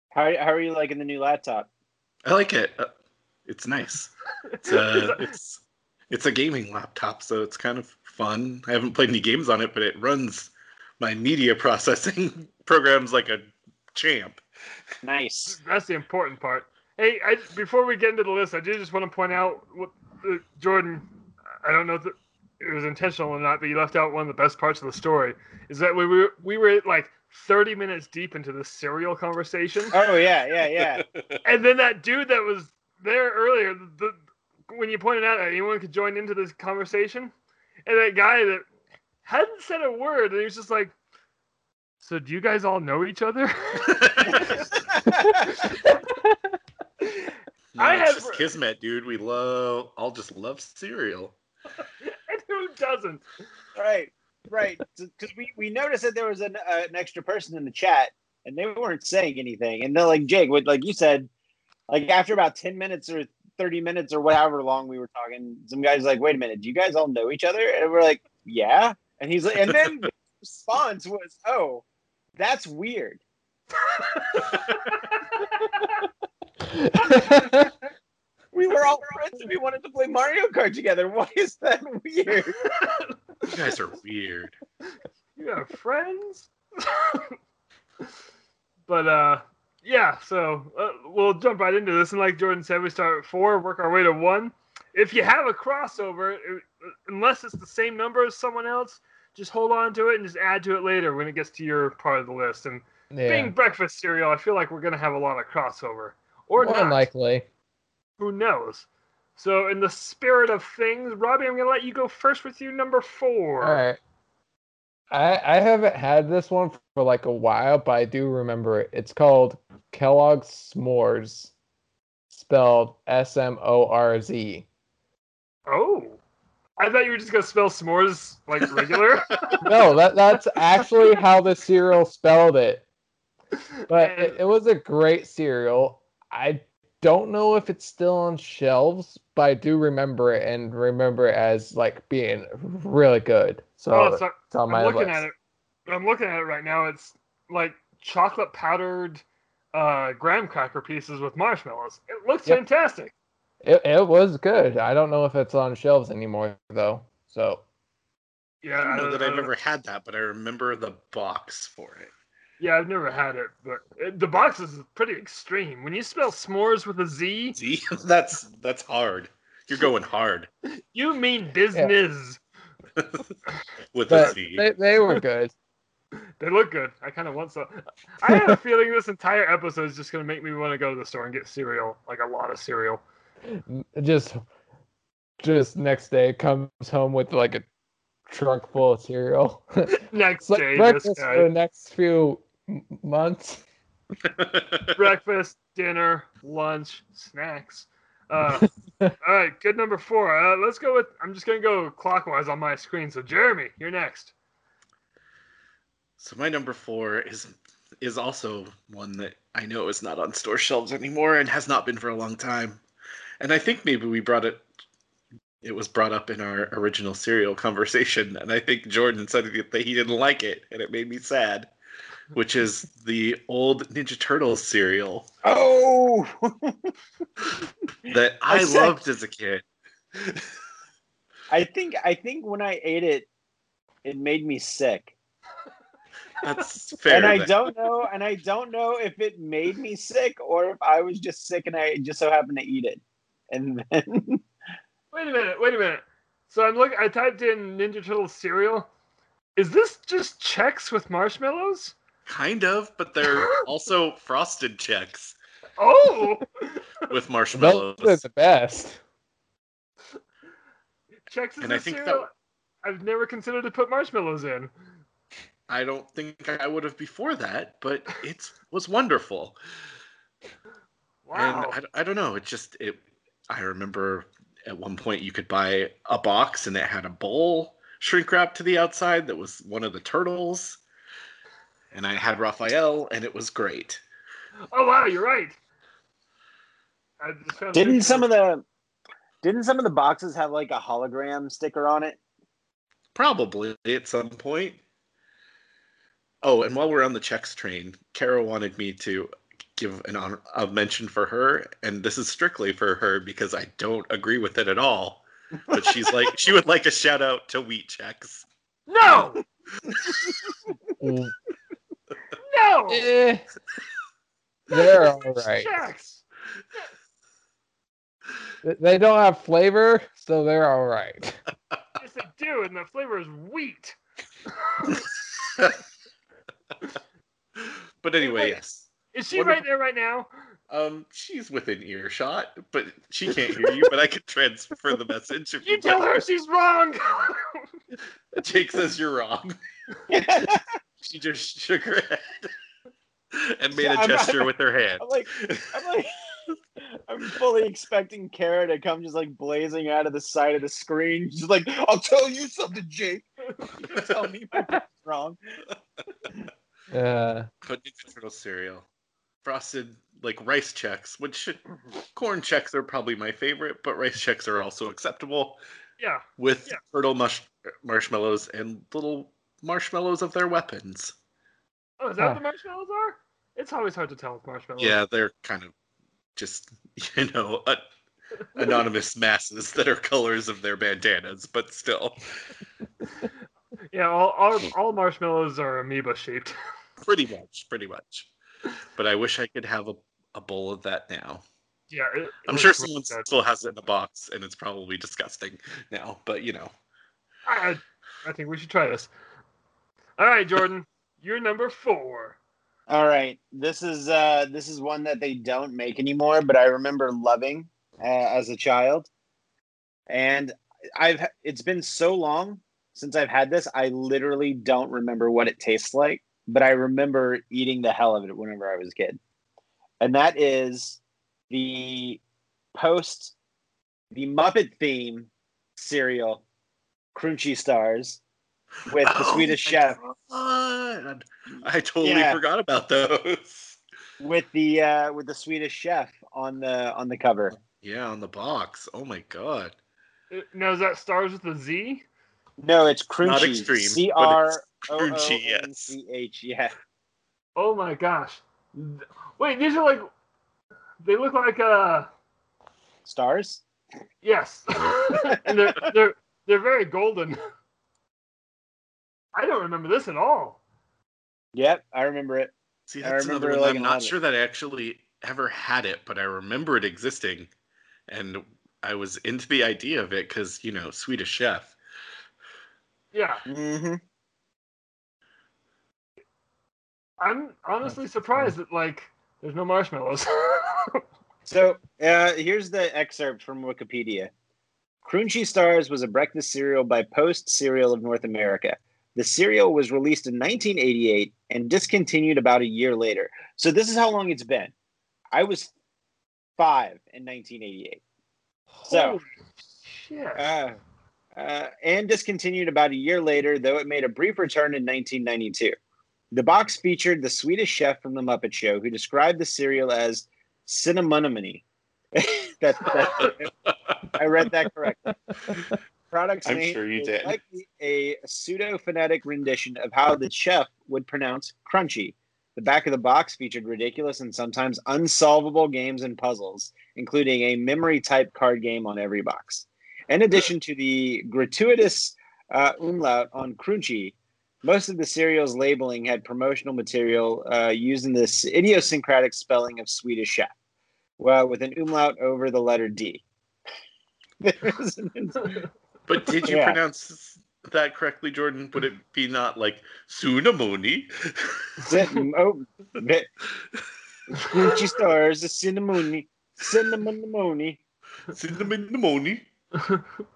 S5: How how are you liking the new laptop?
S3: I like it. Uh, It's nice. It's a, it's, it's a gaming laptop, so it's kind of fun. I haven't played any games on it, but it runs my media processing (laughs) programs like a champ.
S5: Nice.
S4: That's the important part. Hey, I, before we get into the list, I do just want to point out what uh, Jordan. I don't know if it was intentional or not, but you left out one of the best parts of the story. Is that we were we were like 30 minutes deep into the cereal conversation,
S5: Oh yeah, yeah, yeah.
S4: and then that dude that was there earlier, the, when you pointed out that anyone could join into this conversation, and that guy that hadn't said a word, and he was just like, "So do you guys all know each other?" (laughs)
S3: No,
S4: I
S3: it's
S4: have-
S3: just Kismet, dude. We love, I'll just love cereal.
S4: and who doesn't?
S5: right, right. Because we, we noticed that there was an, uh, an extra person in the chat, and they weren't saying anything. And then, like Jake, what like you said, like after about ten minutes or thirty minutes or whatever long we were talking, some guys like, "Wait a minute, do you guys all know each other?" And we're like, "Yeah." And he's like, and then the response was, "Oh, that's weird." We were all friends and we wanted to play Mario Kart together. Why is that weird?
S3: You guys are weird.
S4: You have friends? but uh yeah, so uh, we'll jump right into this and like Jordan said we start at 4, work our way to 1. If you have a crossover, it- unless it's the same number as someone else, just hold on to it and just add to it later when it gets to your part of the list. And being
S6: (laughs) yeah.
S4: breakfast cereal, I feel like we're going to have a lot of crossover. Or
S6: More
S4: not.
S6: than likely.
S4: Who knows? So, in the spirit of things, Robbie, I'm going to let you go first with your number four.
S6: All right. I I haven't had this one for like a while, but I do remember it. It's called Kellogg's S'mores, spelled S M O R Z.
S4: Oh. I thought you were just gonna spell s'mores like regular.
S6: Oh, No, that that's actually how the cereal spelled it. But it, it was a great cereal. I don't know if it's still on shelves, but I do remember it and remember it as like being really good. So
S4: oh, it's not-
S6: it's on
S4: I'm
S6: my
S4: looking
S6: list.
S4: at it. I'm looking at it right now. It's like chocolate powdered uh, graham cracker pieces with marshmallows. It looks
S6: Yep.
S4: fantastic.
S6: It, it was good. I don't know if it's on shelves anymore though. So
S4: Yeah, uh,
S3: I don't know that
S4: I
S3: I've
S4: don't-
S3: ever had that, but I remember the box for it. (laughs)
S4: Yeah, I've never had it, but it, the box is pretty extreme. When you spell s'mores with a Z,
S3: See, that's that's hard. You're going hard
S4: you mean business.
S3: with the
S6: but
S3: Z.
S6: they, they were good.
S4: They look good. I kind of want some. I have
S6: (laughs)
S4: a feeling this entire episode is just gonna make me want to go to the store and get cereal, like a lot of cereal.
S6: just just next day comes home with like a trunk full of cereal. (laughs)
S4: Next
S6: It's like
S4: day, this
S6: breakfast
S4: guy.
S6: for the next few m- months.
S3: (laughs)
S4: breakfast, dinner, lunch, snacks. Uh, all right, good number four. Uh, let's go with. I'm just gonna go clockwise on my screen. So Jeremy, you're next.
S3: So my number four is is also one that I know is not on store shelves anymore and has not been for a long time. And I think maybe we brought it it was brought up in our original cereal conversation, and I think Jordan said that he didn't like it, and it made me sad. Which is the old Ninja Turtles cereal
S5: Oh, (laughs)
S3: that I
S5: said-
S3: loved as a kid.
S5: I think I think when I ate it, it made me sick.
S3: That's
S5: (laughs)
S3: fair.
S5: and I
S3: then.
S5: don't know, and I don't know if it made me sick or if I was just sick and I just so happened to eat it. And then (laughs)
S4: Wait a minute. Wait a minute. So I'm look. I typed in Ninja Turtle cereal. Is this just checks with marshmallows?
S3: Kind of, but they're also frosted checks
S4: Oh,
S3: with
S6: Those
S3: marshmallows.
S6: are the
S3: (laughs)
S6: best.
S4: checks is
S3: And I
S4: a
S3: think that-
S4: cereal. I've never considered to put marshmallows in.
S3: I don't think I would have before that, but it was wonderful.
S4: Wow.
S3: And I, I don't know. It just it. I remember at one point you could buy a box and it had a bowl shrink wrap to the outside that was one of the turtles, and I had Raphael, and it was great.
S4: oh wow, you're right. I just found
S5: didn't
S4: pictures.
S5: some of the didn't some of the boxes have like a hologram sticker on it?
S3: Probably at some point. Oh, and while we're on the checks train, Kara wanted me to give an honor a mention for her, and this is strictly for her because I don't agree with it at all.
S5: (laughs)
S3: But she's like, she would like a shout out to Wheat Checks.
S4: No,
S6: Mm,
S4: no.
S6: eh. (laughs) They're all right.
S4: Shucks.
S6: Th- They don't have flavor, so they're all right.
S4: Yes, they do, and the flavor is wheat.
S3: But anyway,
S4: wait.
S3: yes.
S4: Is she
S3: Wonderful.
S4: right there right now?
S3: Um, she's within earshot, but she can't hear you. But I can transfer the message if
S4: You tell
S3: want.
S4: her she's wrong. (laughs)
S3: Jake says you're wrong.
S5: (laughs)
S3: she just shook her head and made
S5: Yeah,
S3: a
S5: I'm-
S3: gesture
S5: I'm-
S3: with her hand.
S5: I'm like, I'm like, (laughs) I'm fully expecting Kara to come just like blazing out of the side of the screen. She's like, I'll tell you something, Jake. (laughs) You tell me if I'm wrong.
S6: Uh,
S3: But Ninja Turtle cereal, frosted like rice checks, which
S4: Mm-hmm.
S3: corn checks are probably my favorite, but rice checks are also acceptable
S4: yeah.
S3: with
S4: Yeah.
S3: turtle mush- marshmallows and little marshmallows of their weapons.
S4: Oh, is that
S6: Huh.
S4: what the marshmallows are? It's always hard to tell with marshmallows.
S3: Yeah, they're kind of just (laughs) you know a- anonymous masses that are colors of their bandanas, but still
S4: Yeah, all, all, all marshmallows are amoeba shaped. (laughs)
S3: pretty much, pretty much. But I wish I could have a, a bowl of that now.
S4: Yeah. it- it
S3: I'm
S4: looks
S3: sure
S4: really
S3: someone
S4: good.
S3: still has it in a box, and it's probably disgusting now. But you know,
S4: I, I- I think we should try this. All right, Jordan, (laughs) you're number four.
S5: All right, this is uh, this is one that they don't make anymore, but I remember loving uh, as a child, and I've it's been so long since I've had this, I literally don't remember what it tastes like, but I remember eating the hell of it whenever I was a kid, and that is the post the Muppet theme cereal, Crunchy Stars, with the
S3: Oh
S5: Swedish
S3: my
S5: Chef.
S3: God. I totally
S5: Yeah.
S3: forgot about those. (laughs)
S5: with the uh with the Swedish chef on the on the cover.
S3: Yeah, on the box. Oh my God.
S4: Uh, Now, is that stars with a Z?
S5: No, it's crunchy.
S3: Not extreme,
S5: C
S3: but
S5: R
S3: it's
S5: O O
S3: crunchy,
S5: N C H. Yeah.
S4: Oh my gosh. Th- Wait, these are like. They look like, uh.
S5: Stars.
S4: Yes.
S6: (laughs)
S4: and they're, they're, they're very golden. I don't remember this at all.
S5: Yep, I remember it.
S3: See,
S5: I
S3: that's another
S5: remember
S3: one.
S5: like
S3: I'm
S5: a
S3: not
S5: lot of-
S3: sure that I actually ever had it, but I remember it existing, and I was into the idea of it because you know Swedish Chef.
S4: Yeah.
S5: Mm-hmm.
S4: I'm honestly surprised that, like, there's no marshmallows. (laughs)
S5: So uh, here's the excerpt from Wikipedia. Crunchy Stars was a breakfast cereal by Post Cereal of North America. The cereal was released in 1988 and discontinued about a year later. So this is how long it's been. I was five in 1988. So
S4: Holy shit.
S5: uh, uh, and discontinued about a year later, though it made a brief return in 1992. The box featured the Swedish chef from The Muppet Show, who described the cereal as cinnamonamony. that, that, I read that correctly. Product's
S3: I'm
S5: name
S3: sure you
S5: is
S3: did.
S5: likely a pseudo phonetic rendition of how the chef would pronounce crunchy. The back of the box featured ridiculous and sometimes unsolvable games and puzzles, including a memory type card game on every box. In addition to the gratuitous uh, umlaut on Crunchy, most of the cereal's labeling had promotional material uh, using this idiosyncratic spelling of Swedish chef, well, with an umlaut over the letter D. (laughs) There's an-
S3: But did
S5: (laughs)
S3: you
S5: Yeah.
S3: pronounce that correctly, Jordan? Would it be not like Sunamoni?
S5: oh, bit. Gucci stars, the cinnamon, cinnamon,
S3: Cinnamon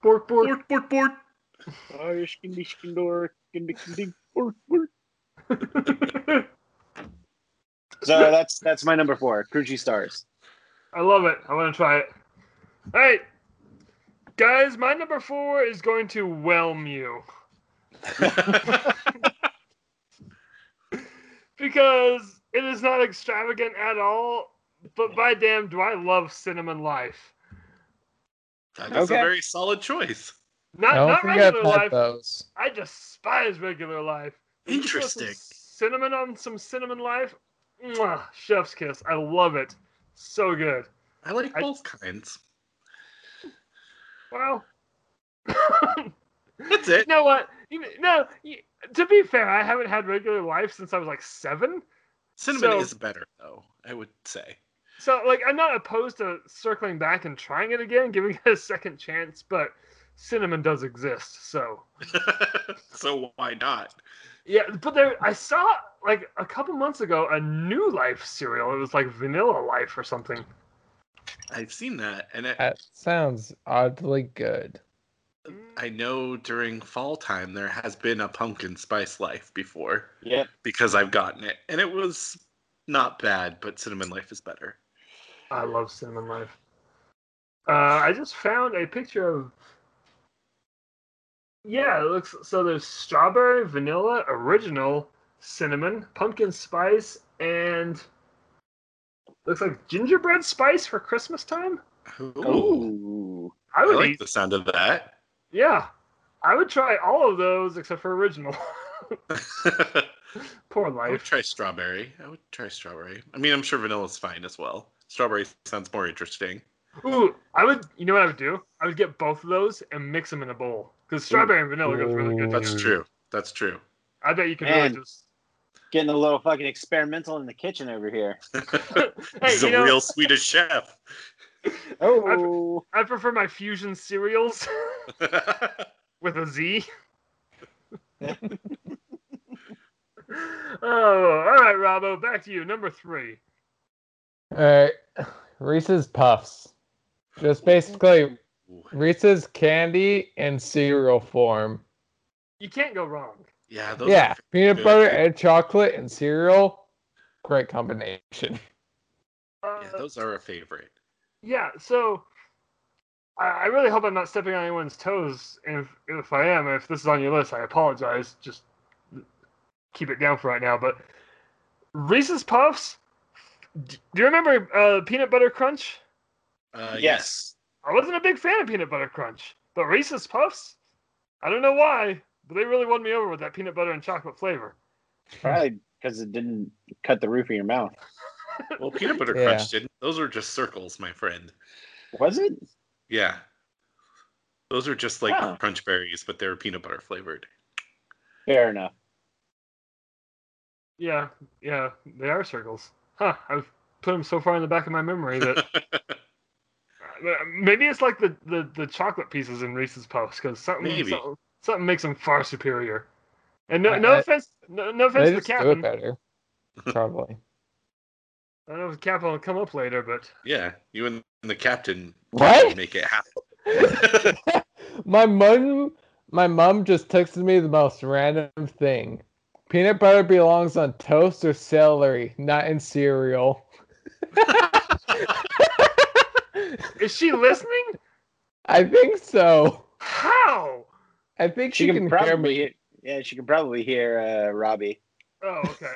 S4: Bork, bork.
S3: Port, port, (laughs) port.
S5: So that's that's my number four, Crunchy Stars.
S4: I love it. I want to try it. All right, guys, my number four is going to whelm you because it is not extravagant at all. But by damn, do I love cinnamon life?
S3: That is
S5: Okay.
S3: a very solid choice.
S4: Not
S6: I don't
S4: not
S6: think I've
S4: regular
S6: had
S4: life.
S6: those.
S4: I despise regular life. If you throw some
S3: Interesting.
S4: Cinnamon on some cinnamon life. Mwah, chef's kiss. I love it. So good.
S3: I like
S4: I-
S3: both kinds.
S4: Well, (laughs)
S3: That's it.
S4: you know what? You, kn- no, you, to be fair, I haven't had regular life since I was like seven.
S3: Cinnamon
S4: So-
S3: is better though, I would say. (laughs)
S4: So, like, I'm not opposed to circling back and trying it again, (laughs) giving it a second chance, but cinnamon does exist. So,
S3: so why not?
S4: yeah, but there, I saw like a couple months ago a new life cereal. It was like vanilla life or something.
S3: I've seen that, and I,
S6: That sounds oddly good.
S3: I know during fall time there has been a pumpkin spice life before
S5: Yep.
S3: because I've gotten it, and it was not bad, but cinnamon life is better.
S4: I love cinnamon life. Uh, I just found a picture of. Yeah, it looks so. There's strawberry, vanilla, original, cinnamon, pumpkin spice, and looks like gingerbread spice for Christmas time.
S3: Ooh,
S5: Oh, Ooh.
S4: I
S3: I
S4: Oh, would
S3: like
S4: eat.
S3: the sound of that. (laughs)
S4: Yeah, I would try all of those except for original. (laughs) Poor
S3: I would
S4: life.
S3: try strawberry. I would try strawberry. I mean, I'm sure vanilla's fine as well. Strawberry sounds more interesting.
S4: Ooh, I would. You know what I would do? I would get both of those and mix them in a bowl because strawberry and vanilla goes really good.
S3: That's
S4: together.
S3: true. That's true. (laughs)
S4: I bet you can
S5: Man.
S4: really just.
S5: Getting a little fucking experimental in the kitchen over here.
S4: Hey,
S3: He's
S4: you
S3: a
S4: know-
S3: real Swedish chef.
S5: Oh.
S4: I prefer my fusion cereals (laughs) with a
S3: (laughs)
S4: Z. oh, all right, Robbo, back to you. Number three.
S6: All right, Reese's Puffs. Just (laughs) basically Reese's candy in cereal form.
S4: You can't go wrong.
S3: yeah, those
S6: yeah,
S3: are
S6: peanut
S3: good.
S6: butter and chocolate and cereal. Great combination.
S4: Uh,
S3: Yeah, those are a favorite.
S4: yeah, so I, I really hope I'm not stepping on anyone's toes. And if, if I am, if this is on your list, I apologize. Just keep it down for right now. But Reese's Puffs, d- do you remember uh, Peanut Butter Crunch?
S3: Uh,
S5: Yes.
S4: I wasn't a big fan of peanut butter crunch, but Reese's Puffs, I don't know why, but they really won me over with that peanut butter and chocolate flavor.
S5: Probably because it didn't cut the roof of your mouth.
S3: Well, peanut butter
S6: Yeah.
S3: crunch didn't. Those are just circles, my friend.
S5: Was it?
S3: Yeah. Those are just like
S5: Oh.
S3: crunch berries, but they're peanut butter flavored.
S5: Fair enough.
S4: Yeah, yeah, they are circles. Huh? I've put them so far in the back of my memory that Uh, maybe it's like the, the the chocolate pieces in Reese's Puffs because something,
S3: Maybe.
S4: something something makes them far superior. And no,
S6: I-
S4: no
S6: I-
S4: offense, no, no offense
S6: They
S4: to the
S6: just do it
S4: captain. I
S6: better. Probably.
S4: don't know if the captain will come up later, but
S3: yeah, you and the captain
S6: What?
S3: make it
S6: (laughs)
S3: (laughs) happen.
S6: my mom my mom just texted me the most random thing. Peanut butter belongs on toast or celery, not in cereal.
S4: is she listening?
S6: I think so.
S4: How?
S6: I think
S5: She,
S6: she,
S5: can,
S6: can, hear
S5: probably
S6: me.
S5: hear. Yeah, she can probably hear uh, Robbie.
S4: Oh, okay.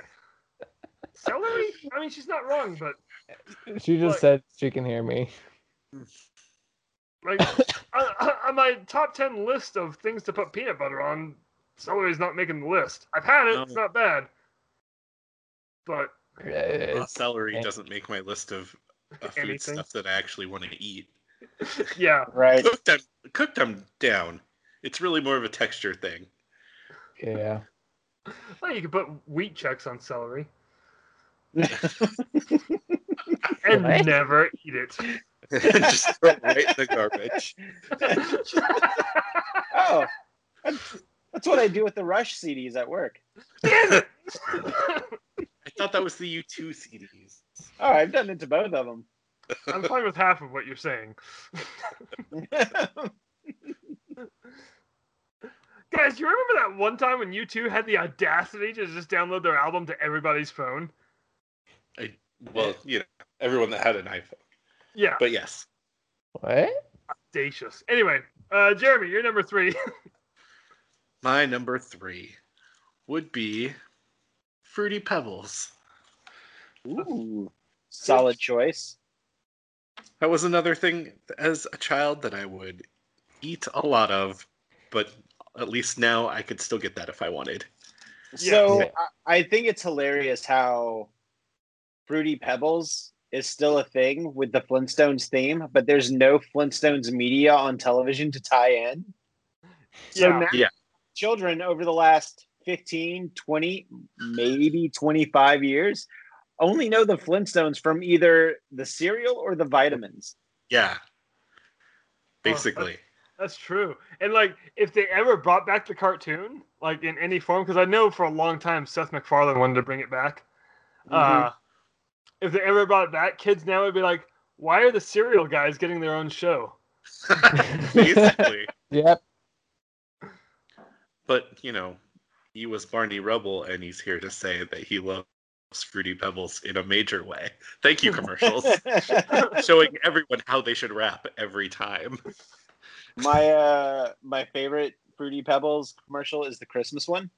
S4: Celery? I mean, she's not wrong, but
S6: She just
S4: Look.
S6: said she can hear me.
S4: Like on, on my top ten list of things to put peanut butter on, celery's not making the list. I've had it; it's
S3: No.
S4: not bad. But
S3: Uh,
S6: It's-
S3: celery
S6: and-
S3: doesn't make my list of uh, food
S4: Anything.
S3: stuff that I actually want to eat.
S4: yeah,
S5: Right.
S3: Cooked, I'm, cooked, I'm down. It's really more of a
S4: (laughs)
S3: texture thing. (laughs)
S6: yeah.
S4: well, you could put wheat checks on celery and
S6: What?
S4: never eat it. (laughs)
S3: Just throw it right in the garbage.
S5: Oh, that's, that's what I do with the Rush CDs at work.
S3: I thought that was the U2 CDs.
S5: Oh, I've done it to both of them.
S4: I'm fine with half of what you're saying, guys. You remember that one time when you two had the audacity to just download their album to everybody's phone?
S3: Well, you know, everyone that had an iPhone.
S4: Yeah,
S3: But yes.
S6: What?
S4: audacious. Anyway, uh, Jeremy, you're number three. (laughs)
S3: My number three would be Fruity Pebbles.
S5: Ooh, solid choice.
S3: That was another thing as a child that I would eat a lot of, but at least now I could still get that if I wanted.
S5: So
S6: Yeah.
S5: I, I think it's hilarious how Fruity Pebbles is still a thing with the Flintstones theme, but there's no Flintstones media on television to tie in. So
S4: Yeah.
S5: now
S3: Yeah.
S5: children over the last 15, 20, maybe 25 years only know the Flintstones from either the cereal or the vitamins.
S3: Yeah. Basically.
S4: That's true. And like, if they ever brought back the cartoon, like in any form, because I know for a long time Seth MacFarlane wanted to bring it back. Uh,
S5: Mm-hmm.
S4: if they ever brought it back, kids now would be like, "Why are the cereal guys getting their own show?"
S3: (laughs) Basically.
S6: Yep.
S3: But, you know, he was Barney Rubble, and he's here to say that he loves Fruity Pebbles in a major way. Thank
S5: (laughs)
S3: you, commercials. Showing everyone how they should rap every time.
S5: (laughs) my uh my favorite Fruity Pebbles commercial is the Christmas one.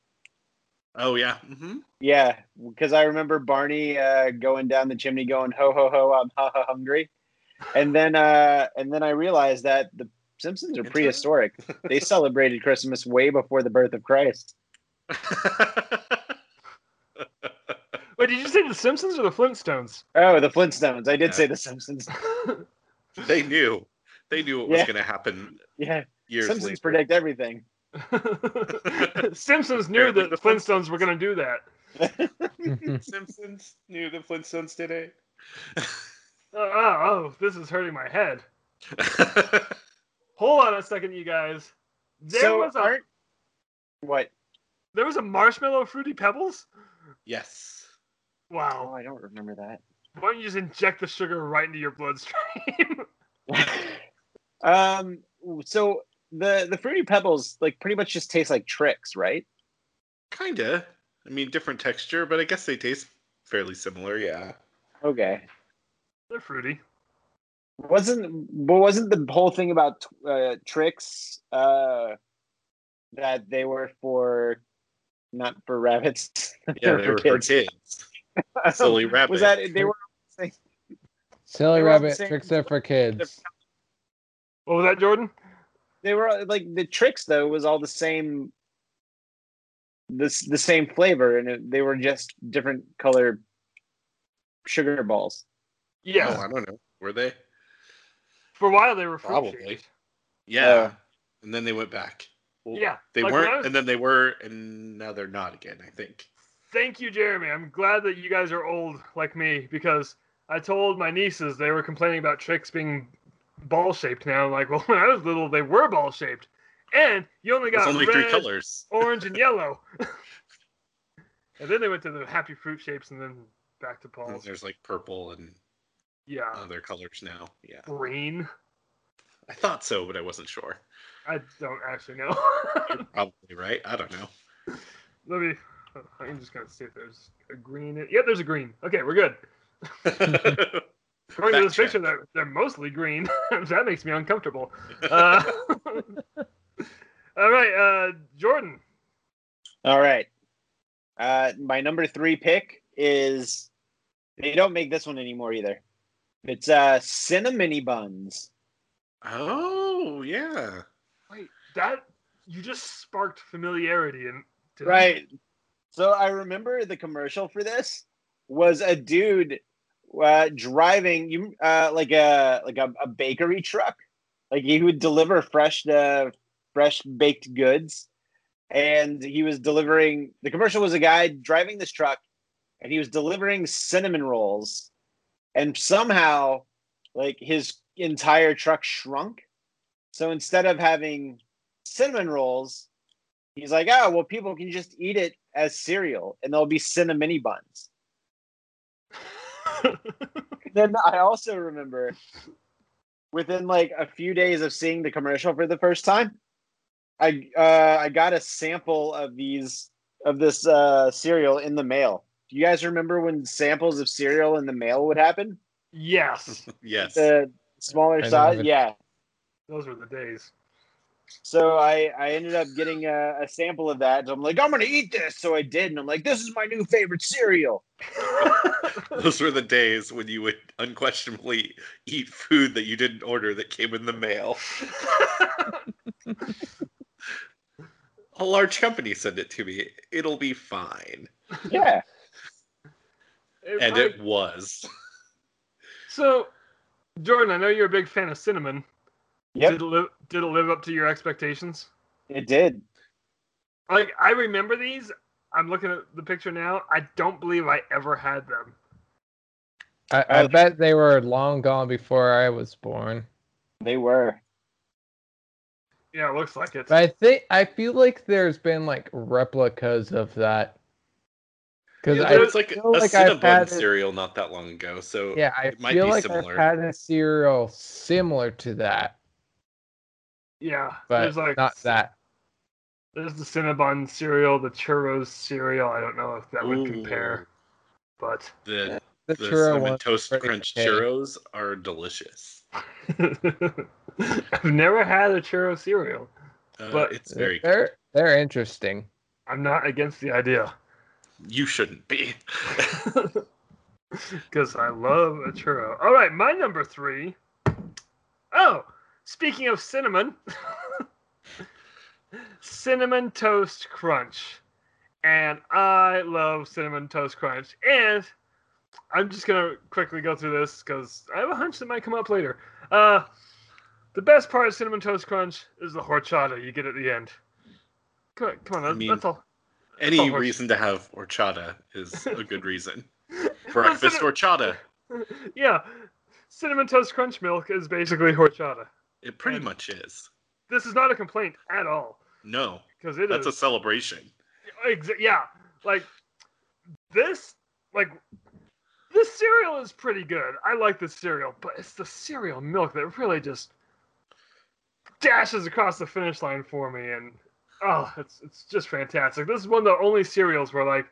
S3: Oh, yeah. hmm
S5: Yeah, because I remember Barney uh, going down the chimney, going "Ho ho ho, I'm ha ha hungry," and then uh, and then I realized that the Simpsons are
S3: It's
S5: prehistoric. they celebrated Christmas way before the birth of Christ.
S4: Wait, did you say the Simpsons or the
S3: (laughs)
S4: Flintstones? (laughs)
S5: Oh, the Flintstones! I did
S3: Yeah.
S5: say the Simpsons.
S3: (laughs)
S5: (laughs)
S3: they knew. They knew what was
S5: Yeah.
S3: going to happen
S5: Yeah,
S3: years
S5: Simpsons
S3: later.
S5: predict everything.
S4: Simpsons knew that the Flintstones were going to do that.
S6: (laughs)
S3: Simpsons knew the Flintstones did it.
S4: Oh, oh, oh, this is hurting my head. Hold on a second, you guys. There
S5: so
S4: was a
S5: aren't what?
S4: there was a marshmallow fruity pebbles.
S3: (laughs) yes.
S5: Oh,
S4: Wow.
S5: I don't remember that.
S4: Why don't you just inject the sugar right into your bloodstream? (laughs)
S5: (laughs) um, so the the Fruity Pebbles like pretty much just taste like tricks, right?
S3: Kinda. I mean, different texture, but I guess they taste fairly similar. Yeah.
S5: (laughs) Okay.
S4: They're fruity.
S5: wasn't but wasn't the whole thing about uh, tricks uh, that they were for not for rabbits (laughs)
S3: Yeah,
S5: They
S3: they
S5: were
S3: were
S5: (laughs)
S3: for kids. Oh, Silly rabbit.
S5: was that they were
S6: Silly
S5: They were all the
S6: Rabbit
S5: same.
S6: tricks are for kids.
S4: What was that, Jordan?
S5: they were like the tricks though was all the same this the same flavor and it, they were just different color sugar balls
S4: Yeah.
S3: Oh, I don't know. Were they?
S4: For a while they were fruit
S3: Probably.
S4: shaped.
S3: Yeah.
S5: Uh.
S3: and then they went back. Well,
S4: Yeah.
S3: They
S4: like when
S3: weren't,
S4: I was-
S3: and then they were, and now they're not again. I think.
S4: Thank you, Jeremy. I'm glad that you guys are old like me because I told my nieces they were complaining about tricks being ball shaped now. I'm like, (laughs) well, when I was little, they were ball shaped. And you only
S3: There's
S4: got
S3: only
S4: red,
S3: three colors. (laughs)
S4: orange, and yellow. (laughs) and then they went to the happy fruit shapes and then back to
S6: Oh.
S3: And
S4: balls.
S3: There's like purple and
S4: Yeah.
S3: other colors now. Yeah.
S4: Green.
S3: I thought so, but I wasn't sure.
S4: I don't actually know. (laughs)
S3: Probably right. I don't know.
S4: Let me. I'm just gonna see if there's a green. In... Yeah, there's a green. Okay, we're good.
S6: (laughs)
S4: According to this picture,
S3: Fact check.
S4: they're, they're mostly green. (laughs) that makes me
S3: (laughs)
S4: uncomfortable. Uh, (laughs) all right, uh, Jordan.
S5: All right. Uh, my number three pick is they don't make this one anymore either. It's uh cinnamon buns.
S3: oh yeah.
S4: Wait, that you just sparked familiarity and
S5: Right. So I remember the commercial for this was a dude uh, driving you uh, like a like a, a bakery truck. Like he would deliver fresh uh, fresh baked goods, and he was delivering. The commercial was a guy driving this truck, and he was delivering cinnamon rolls, and somehow, like his entire truck shrunk. So instead of having cinnamon rolls, He's like, oh, well, people can just eat it as cereal and there'll be cinnamon
S6: (laughs)
S5: buns. then I also remember within like a few days of seeing the commercial for the first time, I uh, I got a sample of these of this uh, cereal in the mail. Do you guys remember when samples of cereal in the mail would happen?
S3: (laughs)
S4: Yes,
S3: Yes.
S5: The
S6: I
S5: smaller
S6: know
S5: size,
S6: that-
S5: yeah.
S4: those were the days.
S5: So I, I ended up getting a, a sample of that. So I'm like, I'm gonna eat this. So I did, and I'm like, this is my new favorite cereal.
S3: Those were the days when you would unquestionably eat food that you didn't order that came in
S6: (laughs)
S3: the mail. A large company sent it to me. It'll be fine.
S5: Yeah.
S4: It
S3: and
S4: probably-
S3: it was.
S4: So, Jordan, I know you're a big fan of cinnamon.
S5: Yep.
S4: Did it live, did it live up to your expectations?
S5: It did.
S4: Like I remember these. I'm looking at the picture now. I don't believe I ever had them.
S6: I, I bet they were long gone before I was born.
S5: They (laughs) were.
S4: Yeah, it looks like it.
S6: But I think I feel like there's been like replicas of that. Because
S3: There
S6: I
S3: was like a
S6: feel like I've
S3: Cinnabon
S6: had it-
S3: cereal not that long ago, so
S6: yeah, I
S3: it might
S6: feel
S3: be
S6: like
S3: similar.
S6: I've had a cereal similar to that,
S4: yeah,
S6: but
S4: there's like
S6: not that.
S4: there's the Cinnabon cereal, the churros cereal. I don't know if that would compare, but (laughs)
S3: the
S6: The,
S3: the
S6: churro
S3: cinnamon
S6: one.
S3: toast
S6: pretty
S3: crunch
S6: okay.
S3: churros are delicious.
S4: I've never had a churro cereal.
S3: Uh,
S4: But-
S3: it's very.
S6: They're they're interesting.
S4: I'm not against the idea
S3: You shouldn't be.
S6: (laughs)
S4: because I love a churro. All right, my number three. Oh, speaking of cinnamon, (laughs) cinnamon toast crunch, and I love cinnamon toast crunch. And I'm just gonna quickly go through this because I have a hunch that might come up later. Uh, the best part of cinnamon toast crunch is the horchata you get at the end. Come on, come on
S3: I
S4: that-
S3: mean,
S4: that's all.
S3: Any
S4: Oh, horse-
S3: reason to have horchata is a
S6: (laughs)
S3: good reason.
S4: Listen-
S3: Breakfast horchata.
S4: yeah, cinnamon toast crunch milk is basically horchata.
S3: It pretty
S4: And-
S3: much is.
S4: This is not a complaint at all
S3: No,
S4: because it
S3: that's a
S4: is.
S3: celebration.
S4: exa- yeah, like this, like this cereal is pretty good. I like this cereal, but it's the cereal milk that really just dashes across the finish line for me, and oh, it's it's just fantastic. This is one of the only cereals where like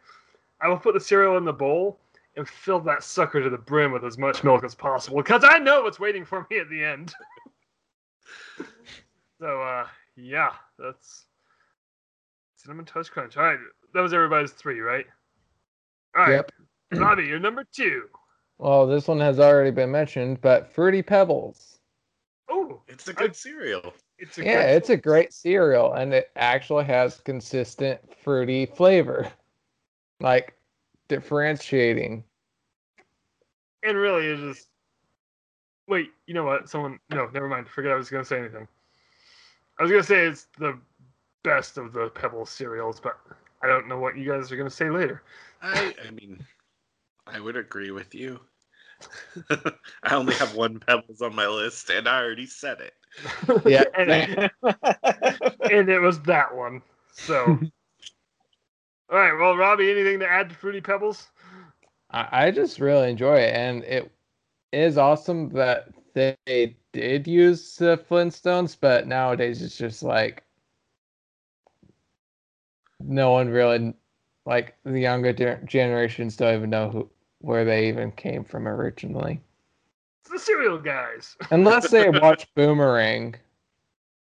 S4: I will put the cereal in the bowl. And fill that sucker to the brim with as much milk as possible, because I know what's waiting for me at the end. (laughs) So uh yeah, that's Cinnamon Toast Crunch. All right. That was everybody's three, right? All right. (clears throat)
S6: Yep.
S4: Robbie, you're number two.
S6: Well, this one has already been mentioned, but Fruity Pebbles.
S4: Oh,
S3: It's a
S6: (laughs)
S3: good cereal.
S4: it's a
S6: Yeah,
S4: good-
S6: it's a great cereal, and it actually has consistent fruity flavor, like
S3: (laughs)
S6: differentiating.
S4: and really it is wait, you know what? Someone no, never mind. Forget I was gonna say anything. I was gonna say it's the best of the Pebble cereals, but I don't know what you guys are gonna say later.
S3: I, I mean, I would agree with you. (laughs) I only
S6: (laughs)
S3: have one pebbles on my list, and I already said it.
S6: Yeah,
S4: And- (laughs) and it was that one.
S6: (laughs)
S4: So All right, well, Robbie, anything to add to Fruity Pebbles?
S6: I, I just really enjoy it, and it is awesome that they did use the Flintstones, but nowadays it's just like no one really like the younger gener- generations don't even know who where they even came from originally,
S4: It's the cereal guys.
S6: unless
S3: (laughs)
S6: they watch Boomerang.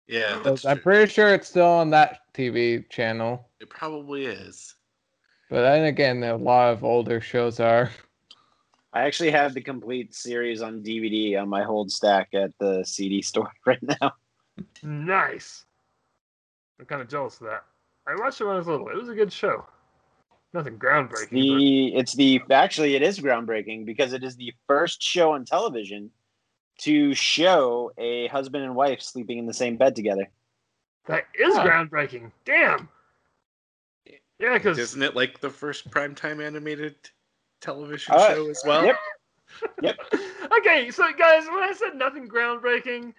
S3: Yeah,
S6: 'cause
S3: that's
S6: I'm
S3: true.
S6: pretty sure it's still on that TV channel,
S3: It probably is.
S6: but then again, a lot of older shows are.
S5: I actually have the complete series on DVD on my hold stack at the CD store (laughs) right now.
S4: Nice. I'm kind of jealous of that. I watched it when I was little. It was a good show. Nothing
S5: It's
S4: groundbreaking.
S5: the it's the actually it is groundbreaking because it is the first show on television to show a husband and wife sleeping in the same bed together.
S4: but that is
S6: Huh.
S4: groundbreaking. Damn. Yeah, because
S3: Isn't it like the first primetime animated television
S5: Uh,
S3: show as well?
S5: yep.
S4: (laughs) okay, so guys, when I said nothing groundbreaking,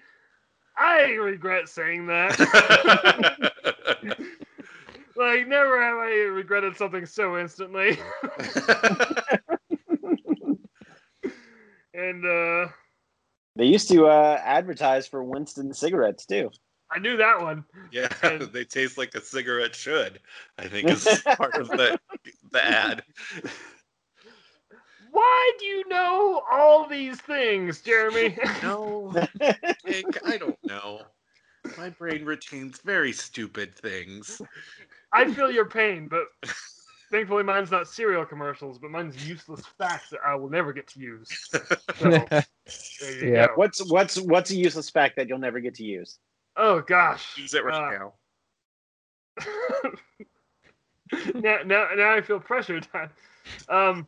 S4: I regret saying that.
S3: (laughs)
S4: like, never have I regretted something so instantly. and uh,
S5: They used to uh, advertise for Winston cigarettes too.
S4: I knew that one.
S3: (laughs) yeah, they taste like a cigarette should. I think is
S5: (laughs)
S3: part of the the ad.
S4: Why do you know all these things, Jeremy?
S3: No, Nick, I don't know. My brain retains very stupid things.
S4: I feel your pain, but thankfully mine's not cereal commercials, but mine's useless facts that I will never get to use. So, there you
S6: Yeah.
S4: go.
S5: What's what's what's a useless fact that you'll never get to use?
S4: Oh gosh. Uh,
S3: Use it right
S4: (laughs)
S3: now.
S4: now, now, now I feel pressured. (laughs) um,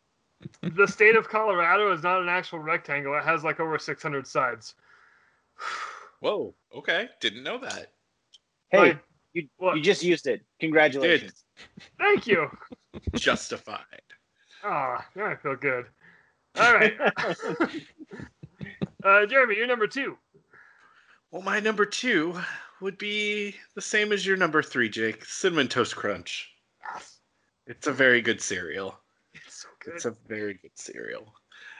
S4: the state of Colorado is not an actual rectangle. It has like over 600 sides.
S3: Whoa. Okay. Didn't know that.
S5: Hey,
S4: Like,
S5: you,
S4: what?
S5: you just used it. Congratulations.
S4: thank you.
S3: Justified.
S4: Ah, now I feel good.
S5: (laughs)
S4: All right. uh, Jeremy, you're number two.
S3: Well, my number two would be the same as your number three, Jake. Cinnamon Toast Crunch. It's a very good cereal.
S4: It's so good.
S3: It's a very good cereal.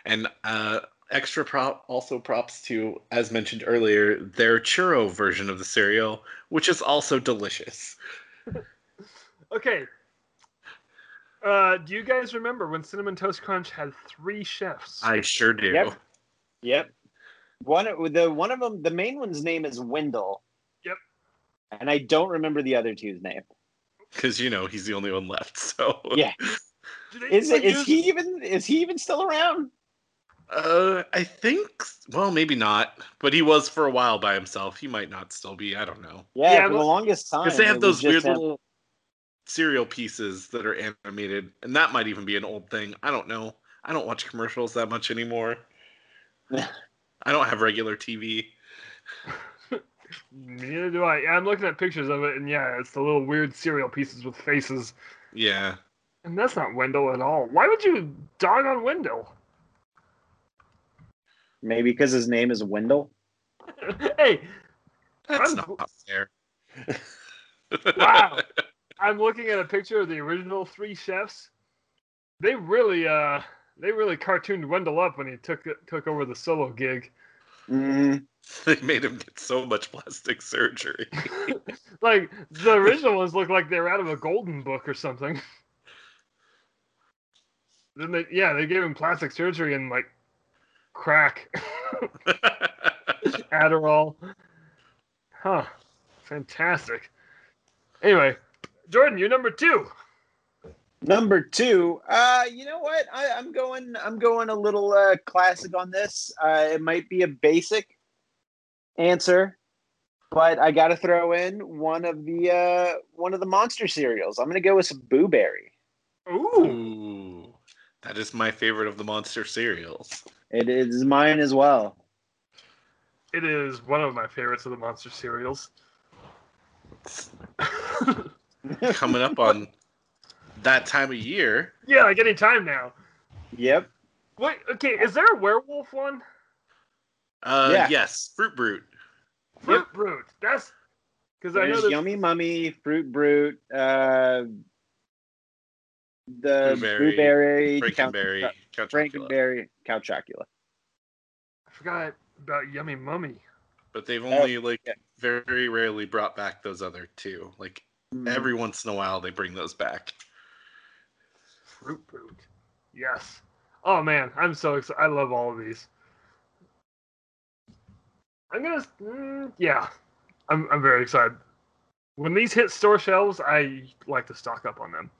S3: And uh, extra prop, also props to, as mentioned earlier, their churro version of the cereal, which is also delicious.
S4: Okay. Uh, do you guys remember when Cinnamon Toast Crunch had three chefs?
S3: I sure do.
S5: Yep. Yep. One of- the one of them, the main one's name is Wendell.
S4: Yep.
S5: And I don't remember the other two's name.
S3: Because, you know, he's the only one left. So,
S5: Yeah.
S4: Do they
S5: Is
S4: still
S5: it? Is
S4: use-
S5: he even? Is he even still around?
S3: uh, I think, well, maybe not. But he was for a while by himself. He might not still be. I don't know.
S5: Yeah,
S4: Yeah,
S5: for the
S4: well-
S5: longest time.
S3: Because they
S5: it
S3: have
S5: was
S3: those
S5: just
S3: weird
S5: him.
S3: little cereal pieces that are animated, and that might even be an old thing. I don't know. I don't watch commercials that
S5: (laughs)
S3: much anymore. I don't have regular TV.
S4: Neither do I. Yeah, I'm looking at pictures of it, and yeah, it's the little weird cereal pieces with faces.
S3: Yeah,
S4: And that's not Wendell at all. Why would you dog on Wendell? (laughs)
S5: Maybe because his name is Wendell.
S4: hey,
S3: that's
S4: I'm-
S3: not fair.
S5: (laughs)
S4: wow. I'm looking at a picture of the original three chefs. They really, uh, they really cartooned Wendell up when he took took over the solo gig.
S5: Mm,
S3: (laughs) they made him get so much plastic surgery. (laughs)
S4: Like the original ones looked like they were out of a golden book or something. (laughs) Then they, yeah, they gave him plastic surgery and like crack, (laughs) Adderall. Huh, fantastic. Anyway, Jordan, you're number two.
S5: number two. Uh, you know what? I, I'm going. I'm going a little uh, classic on this. Uh, it might be a basic answer, but I got to throw in one of the uh, one of the monster cereals. I'm going to go with some Boo Berry.
S4: Ooh,
S3: Ooh, that is my favorite of the monster cereals.
S5: It is mine as well.
S4: it is one of my favorites of the monster cereals.
S3: Coming
S5: (laughs)
S3: up on that time of year.
S4: Yeah, like any time now.
S5: Yep.
S4: Wait, okay, is there a werewolf one?
S3: Uh,
S5: Yeah.
S3: Yes, Fruit Brute.
S4: Fruit Brute. That's because I know
S5: There's
S4: there's
S5: Yummy Mummy, Fruit Brute, uh, the
S3: Blueberry,
S5: Blueberry, uh,
S3: Frankenberry. Count Dracula.
S5: Frankenberry, Cow Chocula.
S4: I forgot about Yummy Mummy.
S3: But they've only like
S5: yeah.
S3: very rarely brought back those other two. Like
S5: Mm-hmm.
S3: every once in a while they bring those back.
S4: Fruit Brute. Yes. Oh man, I'm so excited. I love all of these. I'm gonna. mm, yeah, I'm. I'm very excited. When these hit store shelves, I like to stock up on them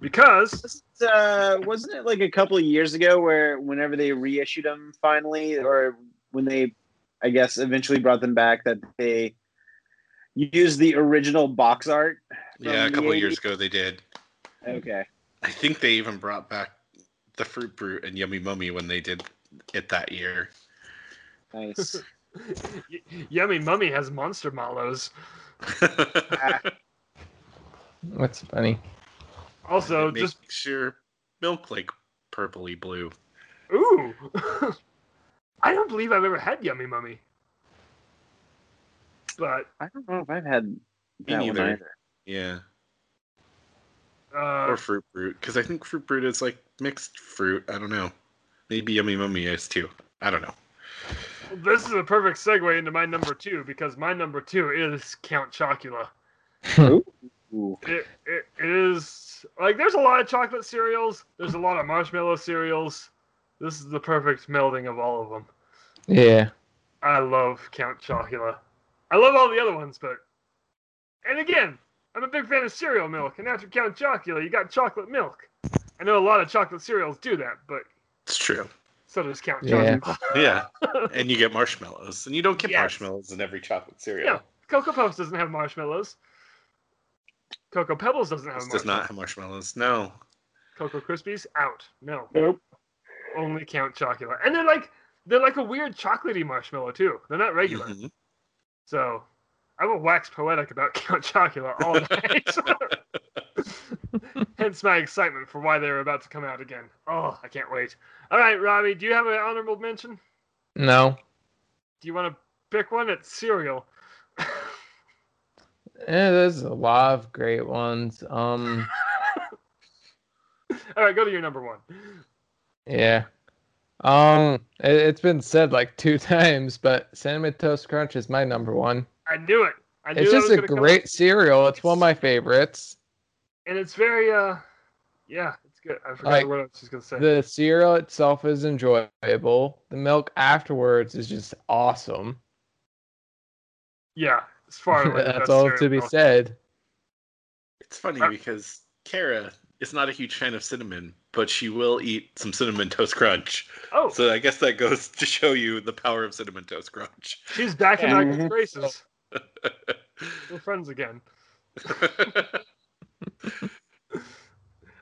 S4: because
S5: uh, wasn't it like a couple of years ago where whenever they reissued them finally, or when they, I guess, eventually brought them back, that they used the original box art? From
S3: yeah, a
S5: the
S3: couple of years
S5: 80s?
S3: ago they did.
S5: Okay.
S3: I think they even brought back the Fruit Brute and Yummy Mummy when they did it that year. (laughs)
S5: Nice.
S4: y- Yummy Mummy has monster mallows.
S6: (laughs) That's funny.
S4: Also,
S3: Make
S4: just
S3: sure milk like purpley blue.
S4: ooh. (laughs) I don't believe I've ever had Yummy Mummy. But
S5: I don't know if I've had that one
S3: neither.
S5: either.
S3: Yeah.
S4: uh,
S3: Or Fruit Brute. Because I think Fruit Brute is like mixed fruit. I don't know. Maybe Yummy Mummy is too. I don't know.
S4: This is a perfect segue into my number two because my number two is Count Chocula.
S5: Ooh.
S4: It, it, it is like there's a lot of chocolate cereals, there's a lot of marshmallow cereals. This is the perfect melding of all of them.
S6: Yeah.
S4: I love Count Chocula. I love all the other ones, but and again, I'm a big fan of cereal milk, and after Count Chocula, you got chocolate milk. I know a lot of chocolate cereals do that, but
S3: It's true.
S4: so does Count
S6: Yeah.
S4: Chocula.
S3: Yeah. (laughs) and you get marshmallows. And you don't get
S4: Yes.
S3: marshmallows in every chocolate cereal.
S4: Yeah, Cocoa Puffs doesn't have marshmallows. Cocoa Pebbles doesn't have
S3: This
S4: marshmallows.
S3: does not have marshmallows. No.
S4: Cocoa Krispies out. No,
S5: Nope.
S4: only count chocolate. And they're like they're like a weird chocolatey marshmallow too. They're not
S3: (laughs)
S4: regular.
S3: Mhm.
S4: So I will wax poetic about (laughs) Count Chocula all night. (laughs) Hence my excitement for why they're about to come out again. Oh, I can't wait. All right, Robbie, do you have an honorable mention?
S6: No.
S4: Do you want to pick one? It's cereal.
S6: Eh, there's a lot of great ones. Um,
S4: All right, go to your number one.
S6: yeah. Um, it, it's been said like two (laughs) times, but Cinnamon Toast Crunch is my number one.
S4: I knew it. I knew
S6: It's
S4: that
S6: just
S4: was
S6: a
S4: gonna come up.
S6: great cereal. It's one of my favorites.
S4: and it's very uh, yeah, it's good. I forgot
S6: Like,
S4: what I was just gonna say.
S6: The cereal itself is enjoyable. The milk afterwards is just
S4: (laughs)
S6: awesome.
S4: yeah, it's far
S6: (laughs)
S4: and away the
S6: That's
S4: best
S6: all
S4: cereal
S6: to be
S4: out
S6: said.
S3: It's funny
S4: Uh,
S3: because Kara is not a huge fan of cinnamon, but she will eat some cinnamon toast crunch.
S4: there. Oh,
S3: So I guess that goes to show you the power of cinnamon toast crunch. (laughs)
S4: she's back in my good
S5: Mhm.
S4: graces. We're friends again.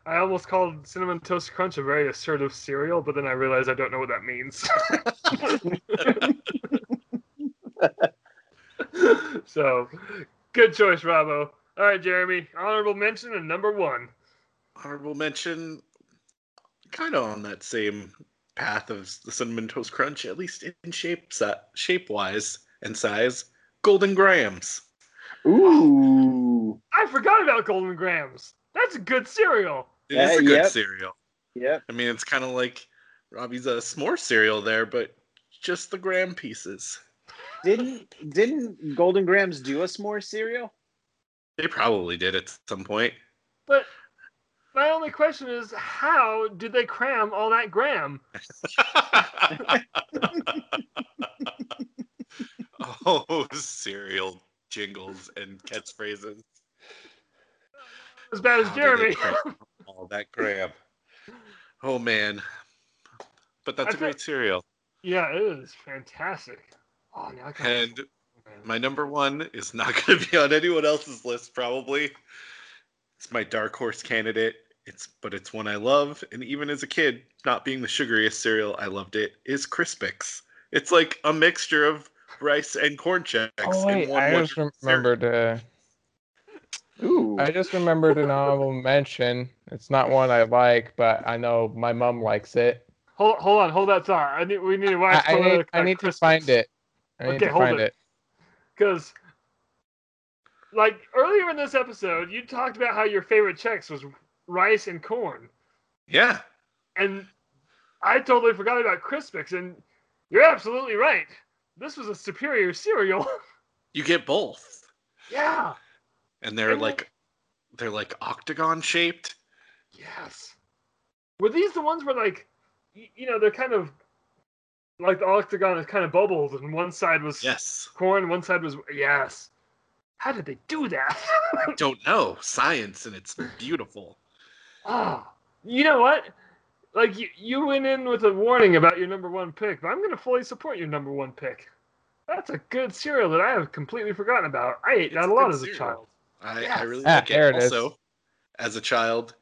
S4: I almost called cinnamon toast crunch a very assertive cereal, but then I realized I don't know what that means. (laughs) so, good choice, Robbo. All right, Jeremy. Honorable mention and number one.
S3: Honorable mention, kind of on that same path of the cinnamon toast crunch, at least in shape shape wise and size. Golden Grahams.
S5: Ooh.
S4: I forgot about Golden Grams. That's a good cereal.
S3: It is
S5: Uh,
S3: a good
S5: yep.
S3: cereal.
S5: Yep.
S3: I mean, it's kind of like Robbie's uh, s'more cereal there, but just the graham pieces.
S5: Didn't didn't Golden Grams do us more cereal?
S3: They probably did at some point. (laughs)
S4: But my only question is, how did they cram all that gram?
S3: oh, cereal jingles and catchphrases.
S4: As bad as
S3: How did
S4: Jeremy. (laughs)
S3: they cram All that graham. Oh man, but that's
S4: I
S3: a great cereal.
S4: yeah, it is fantastic. Oh, now I can't.
S3: And my number one is not (laughs) going to be on anyone else's list. Probably, it's my dark horse candidate. It's but it's one I love, and even as a kid, not being the sugariest cereal, I loved it. Is Crispix? It's like a mixture of rice and corn checks.
S6: Oh
S3: in
S6: wait,
S3: one
S6: I just
S3: wonderful cereal.
S6: remembered. Uh,
S5: Ooh.
S6: I just remembered an honorable mention. It's not one I like, but I know my mom likes it.
S4: Hold, hold on, hold that star. I need, we need to watch.
S6: I, I need, I need to find it. I need
S4: Okay,
S6: to
S4: hold
S6: find
S4: it.
S6: it.
S4: because, like earlier in this episode, you talked about how your favorite checks was rice and corn,
S3: Yeah.
S4: and I totally forgot about Crispix. And you're absolutely right. This was a superior cereal. (laughs)
S3: You get both.
S4: yeah.
S3: And they're
S4: And then-
S3: like they're like octagon shaped.
S4: Yes. Were these the ones where like, y- you know, they're kind of like the octagon is kind of bubbled, and one side was
S3: Yes.
S4: corn, one side was yes. How did they do that? (laughs)
S3: I don't know. Science and it's beautiful.
S4: Ah, you know what? Like you, you went in with a warning about your number one pick, but I'm going to fully support your number one pick. That's a good cereal that I have completely forgotten about. I ate that
S3: It's
S4: a
S3: a
S4: lot
S3: good
S4: as a
S3: cereal.
S4: child.
S3: I, I
S4: Yes.
S3: really
S6: Ah,
S3: like
S6: there
S3: it.
S6: it is.
S3: Also, as a child,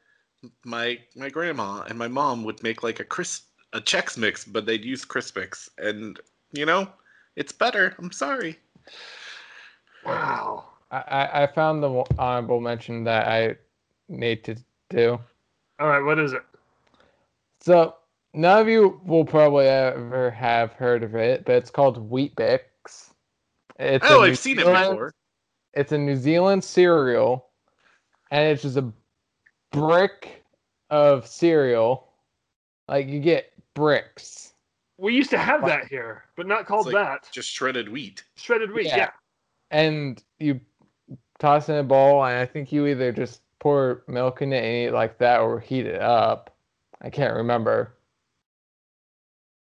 S3: my my grandma and my mom would make like a crisp a Chex mix, but they'd use Crispix. And you know, it's better. I'm sorry.
S4: Wow.
S6: I, I, I found the one- honorable mention that I need to do.
S4: All right, what is it?
S6: So none of you will probably ever have heard of it, but it's called Wheat Bix. It's a
S3: oh,
S6: New (laughs)
S3: I've seen
S6: Zealand-
S3: it before.
S6: It's a New Zealand cereal, and it's just a brick of cereal. Like you get bricks.
S4: We used to have that here, but not called
S3: It's
S4: that.
S3: Just shredded wheat.
S4: Shredded wheat.
S6: Yeah.
S4: Yeah.
S6: and you toss in a bowl, and I think you either just pour milk in it and eat it like that, or heat it up. I can't remember.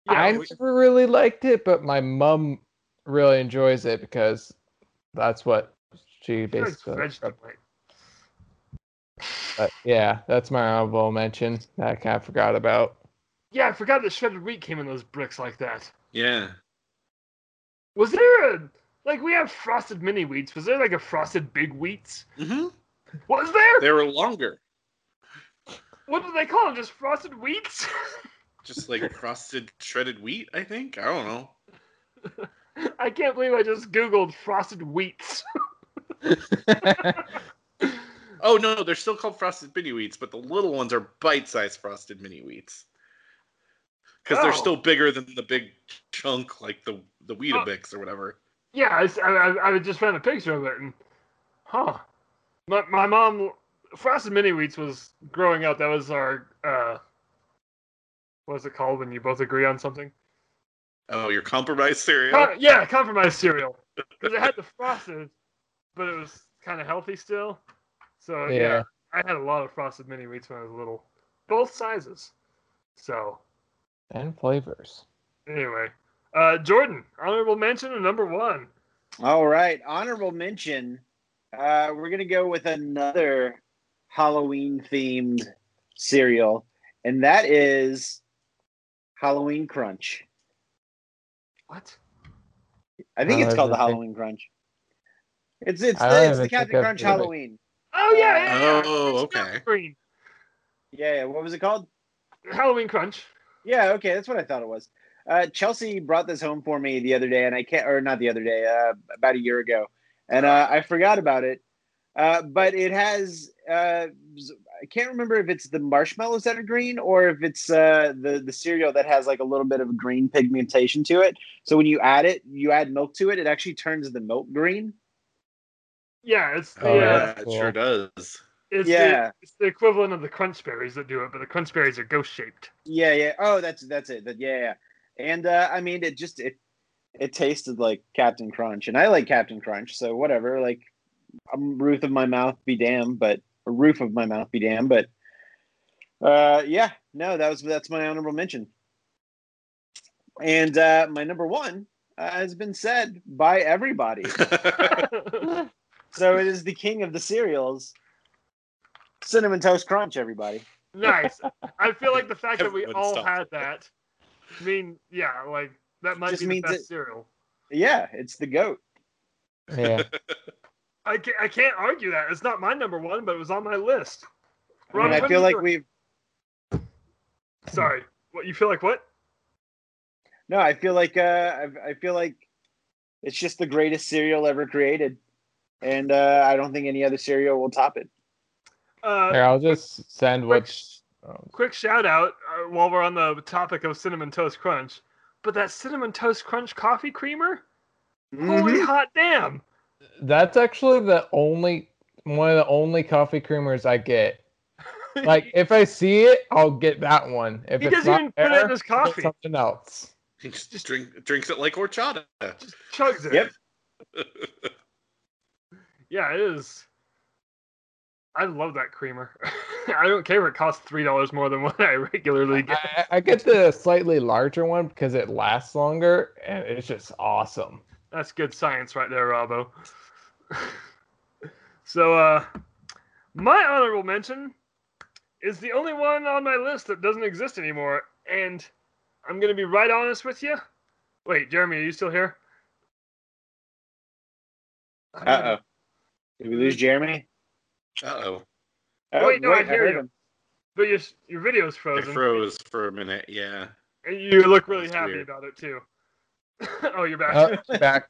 S4: Yeah,
S6: I
S4: we-
S6: never really liked it, but my mum really enjoys it because that's what she
S4: it's
S6: basically.
S4: vegetable.
S6: But yeah, that's my honorable mention that I kind of forgot about.
S4: Yeah, I forgot that shredded wheat came in those bricks like that.
S3: Yeah.
S4: Was there a like we have frosted mini wheats? Was there like a frosted big wheats?
S3: hmm
S4: Was there?
S3: They were longer.
S4: What do they call them? Just frosted wheats? (laughs)
S3: Just like (laughs) frosted shredded wheat, I think. I don't know.
S4: I can't believe I just Googled frosted wheats.
S3: Oh no, they're still called frosted mini wheats, but the little ones are bite-sized frosted mini wheats. Because they're
S4: Oh.
S3: still bigger than the big chunk, like the the
S4: Oh.
S3: Weetabix or whatever.
S4: Yeah, I, s- I, I- I just found a picture of it, and huh. My, my mom, Frosted Mini Wheats was growing up. That was our uh, what's it called when you both agree on something?
S3: Oh, your compromised cereal.
S4: Com- yeah, compromise cereal because it had the frosted, but it was kind of healthy still. So Oh, yeah.
S6: Yeah.
S4: I had a lot of Frosted Mini Wheats when I was little, both sizes. So
S6: and flavors.
S4: anyway, uh, Jordan, honorable mention and number one.
S5: All right, honorable mention. Uh, we're gonna go with another Halloween themed cereal, and that is Halloween Crunch.
S4: What?
S5: I think
S6: Oh,
S5: it's
S6: I
S5: called the
S6: think-
S5: Halloween Crunch. It's it's
S6: I don't
S5: the, it's the
S6: even
S5: Captain
S6: think I've
S5: Crunch
S6: heard of it.
S5: Halloween.
S4: Oh yeah, yeah, yeah.
S3: Oh,
S4: It's not
S3: okay.
S4: Green.
S5: Yeah, yeah, what was it called?
S4: Halloween Crunch.
S5: Yeah, okay, that's what I thought it was. Uh, Chelsea brought this home for me the other day, and I can't, or not the other day, uh, about a year ago, and uh, I forgot about it. Uh, but it has, uh, z- I can't remember if it's the marshmallows that are green or if it's uh, the the cereal that has like a little bit of green pigmentation to it. So when you add it, you add milk to it, it actually turns the milk green.
S4: Yeah, it's the
S6: Oh,
S4: uh,
S6: yeah.
S3: yeah, it sure does. (laughs)
S4: it's
S5: Yeah.
S4: the it's the equivalent of the crunch berries that do it, but the crunch berries are ghost
S3: (laughs)
S4: shaped.
S5: Yeah, yeah. Oh, that's that's it. That, yeah, yeah. And uh, I mean, it just it it tasted like Captain Crunch, and I like Captain Crunch, so whatever. Like, um, roof of my mouth be damned, but or roof of my mouth be damned. But uh, yeah, no, that was that's my honorable mention. And uh, my number one uh, has been said by everybody, so it is the king of the cereals, cinnamon toast crunch. Everybody.
S4: nice. I feel like the fact that we
S3: Everyone
S4: all
S3: stopped.
S4: had that mean yeah, like that might
S5: Just
S4: be the
S5: means
S4: best
S5: it-
S4: cereal.
S5: Yeah, it's the goat.
S6: Yeah.
S4: I can't, I can't argue that. It's not my number one, but it was on my list.
S5: I mean,
S4: Ron,
S5: I feel
S4: what do you
S5: like
S4: feel-
S5: we've
S4: Sorry, what you feel like? What?
S5: No, I feel like uh, I, I feel like it's just the greatest cereal ever created, and uh, I don't think any other cereal will top it.
S4: Uh,
S6: Here, I'll just send
S4: quick,
S6: which. oh,
S4: quick shout out uh, while we're on the topic of cinnamon toast crunch. But that cinnamon toast crunch coffee creamer,
S5: Mm-hmm.
S4: holy
S6: Mm-hmm.
S4: hot damn!
S6: That's actually the only one of the only coffee creamers
S4: (laughs)
S6: I get. Like if I see it, I'll get that one. If
S4: He
S6: it's
S4: doesn't
S6: not
S4: even put
S6: there,
S4: it in his
S6: I'll get
S4: coffee.
S6: something else.
S3: he just drink, drinks it like horchata.
S4: just chugs it.
S5: Yep.
S4: (laughs) Yeah, it is. I love that creamer. (laughs) I don't care if it costs three dollars more than what I regularly get.
S6: I, I get the slightly larger one because it lasts longer and it's just awesome.
S4: That's good science right there, Robbo. (laughs) so, uh, my honorable mention is the only one on my list that doesn't exist anymore, and I'm gonna be right honest with you. Wait, Jeremy, are you still here?
S5: Uh oh, did we lose Jeremy?
S3: Uh oh.
S5: Oh,
S4: Wait, no, I hear
S5: heard
S4: you.
S5: him.
S4: But your your video's
S3: It
S4: frozen.
S3: froze for a minute, yeah.
S4: And you look really
S3: That's
S4: happy
S3: weird.
S4: about it too. (laughs) oh, you're back. (laughs)
S6: Oh, back.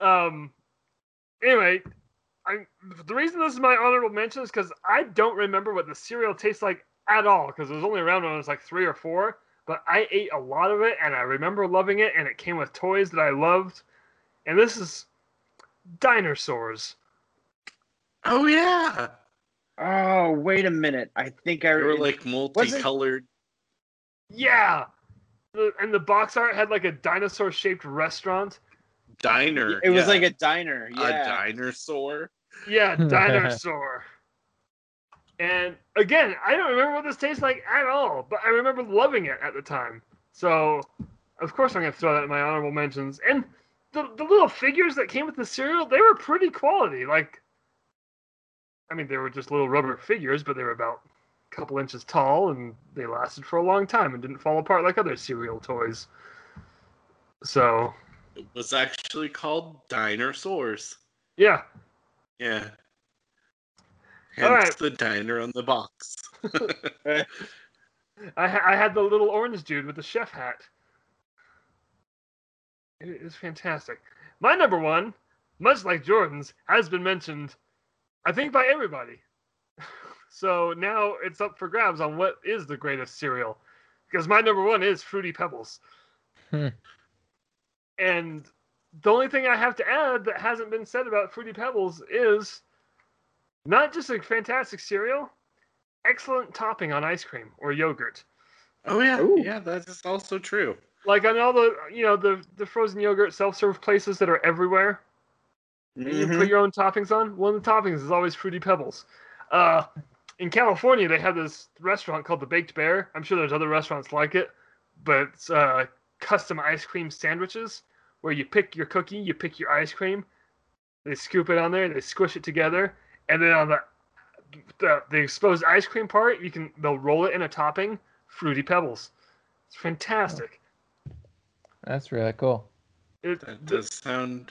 S4: um. Anyway, I the reason this is my honorable mention is because I don't remember what the cereal tastes like at all because it was only around when I was like three or four. But I ate a lot of it and I remember loving it and it came with toys that I loved. And this is dinosaurs.
S3: Oh yeah.
S5: Oh, wait a minute. I think I
S3: They were like multicolored.
S4: Yeah. The, and the box art had like a dinosaur shaped restaurant.
S3: diner.
S5: It was
S3: yeah.
S5: like a diner.
S3: a
S5: Yeah.
S3: dinosaur.
S4: Yeah, dinosaur. and again, I don't remember what this tastes like at all, but I remember loving it at the time. So, of course, I'm going to throw that in my honorable mentions. And the, the little figures that came with the cereal, they were pretty quality. Like, I mean, they were just little rubber figures, but they were about a couple inches tall and they lasted for a long time and didn't fall apart like other cereal toys. So,
S3: It was actually called dinosaurs.
S4: yeah.
S3: Yeah. Hence
S4: right.
S3: the diner on the box.
S4: I, ha- I had the little orange dude with the chef hat. It is fantastic. My number one, much like Jordan's, has been mentioned, I think, by everybody. (laughs) so now it's up for grabs on what is the greatest cereal. Because my number one is Fruity Pebbles.
S6: Hmm.
S4: And the only thing I have to add that hasn't been said about Fruity Pebbles is not just a fantastic cereal, excellent topping on ice cream or yogurt.
S3: Oh yeah,
S5: Ooh.
S3: yeah, that is also true.
S4: Like on all the you know the the frozen yogurt self serve places that are everywhere, and you
S5: Mhm.
S4: put your own toppings on. One of the toppings is always fruity pebbles. Uh, in California, they have this restaurant called the Baked Bear. I'm sure there's other restaurants like it, but it's uh, custom ice cream sandwiches where you pick your cookie, you pick your ice cream, they scoop it on there, they squish it together, and then on the the, the exposed ice cream part, you can they'll roll it in a topping, fruity pebbles. It's fantastic.
S6: That's really cool.
S4: It,
S3: That does sound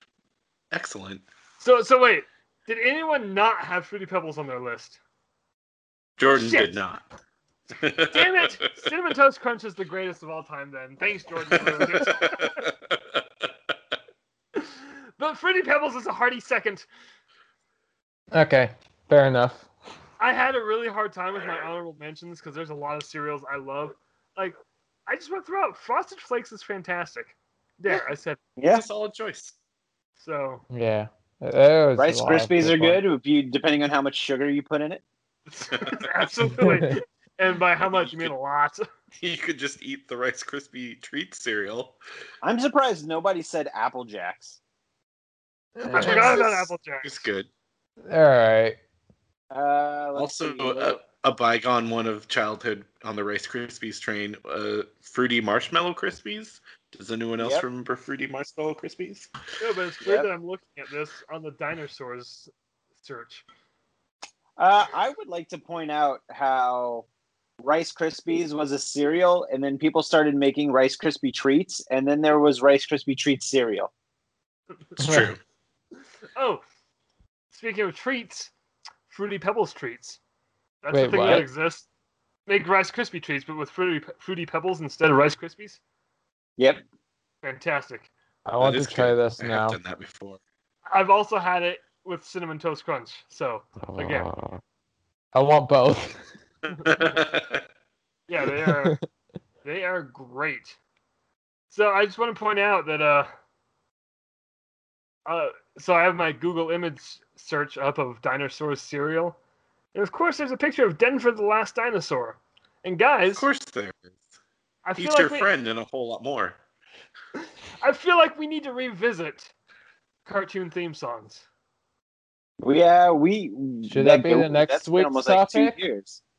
S3: excellent.
S4: so so wait, did anyone not have fruity pebbles on their list?
S3: Jordan
S4: Shit.
S3: did not.
S4: Damn it!
S3: (laughs)
S4: Cinnamon Toast Crunch is the greatest of all time. Then thanks, Jordan. For ruining it. (laughs) but fruity pebbles is a hearty second.
S6: Okay, fair enough.
S4: I had a really hard time with my honorable mentions because there's a lot of cereals I love. Like, I just want to throw out Frosted Flakes is fantastic. There, I said
S5: Yeah,
S3: It's a solid choice. (laughs)
S4: so. (laughs)
S6: Yeah. That was a
S5: Rice
S6: lot of
S5: Krispies are
S6: good ones.
S5: good if you depending on how much sugar you put in it.
S4: (laughs)
S6: (laughs)
S4: Absolutely. and by how much you mean a lot. (laughs)
S3: You could just eat the Rice Krispie treat cereal.
S5: I'm surprised nobody said Apple Jacks.
S4: I
S6: Yeah.
S4: forgot about Apple
S3: It's
S4: Jacks.
S3: good.
S6: All right.
S5: Uh, let's
S3: Also,
S5: see.
S3: a, a bygone one of childhood on the Rice Krispies train, uh, fruity marshmallow Krispies. Does anyone else
S5: Yep.
S3: remember fruity marshmallow Krispies?
S4: No, but it's weird
S5: Yep.
S4: that I'm looking at this on the dinosaurs search.
S5: Uh, I would like to point out how Rice Krispies was a cereal, and then people started making Rice Krispie treats, and then there was Rice Krispie treat cereal.
S3: It's true.
S4: Oh, speaking of treats, Fruity Pebbles treats. That's
S6: Wait,
S4: the thing
S6: what?
S4: that exists. Make Rice Krispie treats, but with Fruity, Fruity Pebbles instead of Rice Krispies.
S5: Yep.
S4: Fantastic.
S6: I want
S3: That
S6: to
S3: is
S6: try
S3: good.
S6: this
S3: I
S6: now.
S3: have done that before.
S4: I've also had it with Cinnamon Toast Crunch, so again.
S6: Uh, I want both.
S4: Yeah, they
S6: (laughs)
S4: are. they are great. So I just want to point out that uh, uh, so I have my Google image search up of dinosaurs cereal, and of course there's a picture of Denver the Last Dinosaur. And guys,
S3: of course, there is.
S4: I feel
S3: He's
S4: like
S3: your
S4: we,
S3: friend and a whole lot more.
S4: I feel like we need to revisit cartoon theme songs.
S5: We uh, we
S6: Should that be the
S5: goes-
S6: next
S5: that's been
S6: week's
S5: almost like
S6: topic?
S5: two years. (laughs)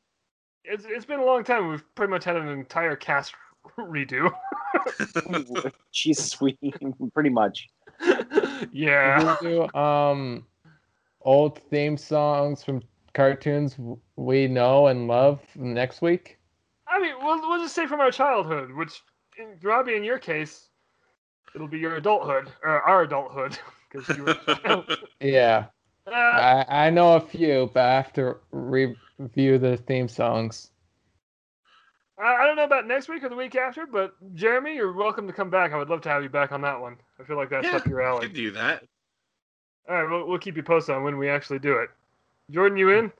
S4: It's it's been a long time. We've pretty much had an entire cast (laughs) redo.
S3: (laughs)
S5: Jesus, we (laughs) pretty much.
S4: yeah.
S6: We'll do um old theme songs from cartoons w- we know and love next week.
S4: I mean, we'll, we'll just say from our childhood, which, in, Robbie, in your case, it'll be your adulthood, or our adulthood, (laughs) because
S3: (laughs)
S4: you were.
S6: Yeah,
S4: Uh,
S6: I, I know a few, but I have to re- review the theme songs.
S4: I, I don't know about next week or the week after, but Jeremy, you're welcome to come back. I would love to have you back on that one. I feel like that's
S3: Yeah.
S4: up your
S3: You
S4: alley.
S3: could do that.
S4: All right, we'll, we'll keep you posted on when we actually do it. Jordan, you in?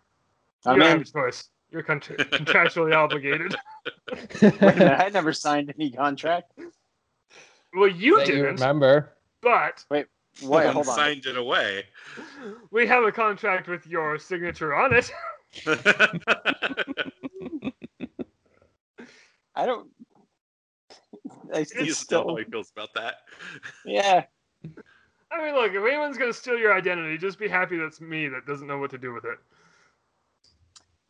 S5: I
S4: you don't
S5: mean, (laughs)
S4: have a choice. You're contra- (laughs) contractually obligated. (laughs)
S6: (laughs)
S5: wait a minute, I never signed any contract.
S4: Well, you
S6: that you
S4: didn't,
S6: remember? (laughs)
S4: but
S5: Wait,
S3: Someone
S5: hold on.
S3: signed
S4: (laughs)
S3: it away.
S4: we have a contract with your signature on it. (laughs)
S5: I don't. (laughs) I
S3: you still how
S5: still.
S3: he feels about that.
S5: (laughs) Yeah.
S4: I mean, look, if anyone's going to steal your identity, just be happy that's me that doesn't know what to do with it.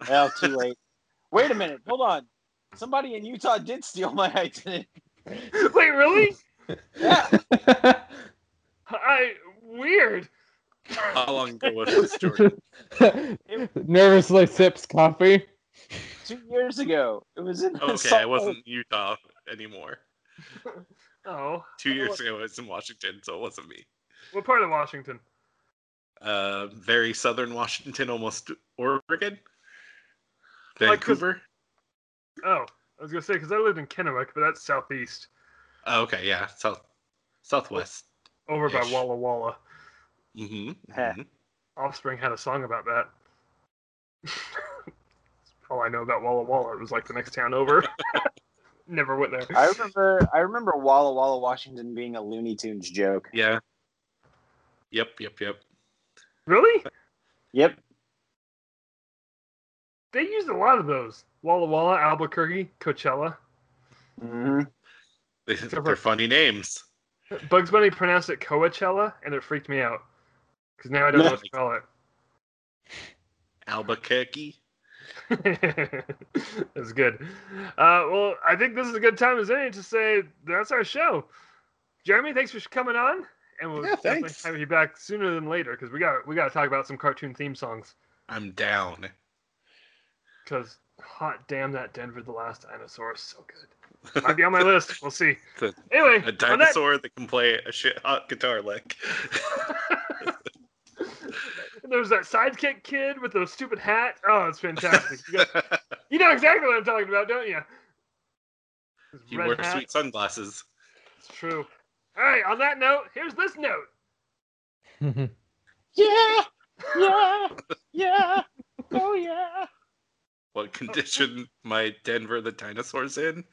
S5: Well, too late. Wait a minute. Hold on. Somebody in Utah did steal my (laughs) identity.
S4: (laughs) Wait, really?
S5: Yeah.
S4: I weird.
S3: How long ago was this,
S5: (laughs)
S3: Jordan?
S6: Nervously sips coffee.
S5: two years ago. It was in.
S3: Okay, I wasn't in Utah anymore.
S4: Oh,
S3: Two years ago, I was in Washington, so it wasn't me.
S4: what part of Washington?
S3: uh, very southern Washington, almost Oregon, Vancouver.
S4: Oh, I was gonna say because I lived in Kennewick, but that's southeast,
S3: Oh, okay, yeah, south, southwest.
S4: over by
S3: Ish.
S4: Walla Walla.
S3: hmm
S5: Heh.
S4: Offspring had a song about that. (laughs) That's all I know about Walla Walla. It was like the next town over. (laughs) Never went there.
S5: I remember I remember Walla Walla, Washington being a Looney Tunes joke.
S3: Yeah. Yep. Yep. Yep.
S4: Really?
S5: Yep.
S4: They used a lot of those. Walla Walla, Albuquerque, Coachella.
S5: hmm
S3: They,
S4: Except for-
S3: they're funny names.
S4: Bugs Bunny pronounced it Coachella, and it freaked me out because now I don't know what to call it. (laughs)
S3: Albuquerque.
S4: that's good. Uh, well, I think this is a good time as any to say that's our show. Jeremy, thanks for coming on, and we'll
S3: Yeah,
S4: definitely
S3: thanks.
S4: have you back sooner than later because we got we got to talk about some cartoon theme songs
S3: I'm down.
S4: (laughs) because hot damn that Denver the Last Dinosaur is so good. Might be on my list. We'll see.
S3: (laughs) The-
S4: Anyway,
S3: A
S4: on that-
S3: dinosaur that can play a shit hot guitar lick.
S4: there's that sidekick kid with the stupid hat. Oh, it's fantastic. You, got- you know exactly what I'm talking about, don't you? His
S3: (laughs) he
S4: red
S3: wore
S4: hat.
S3: sweet sunglasses.
S4: It's true. All right, on that note, here's this note.
S5: Yeah. Yeah. Yeah. Oh yeah.
S4: Oh,
S3: What condition my Denver the dinosaur's in?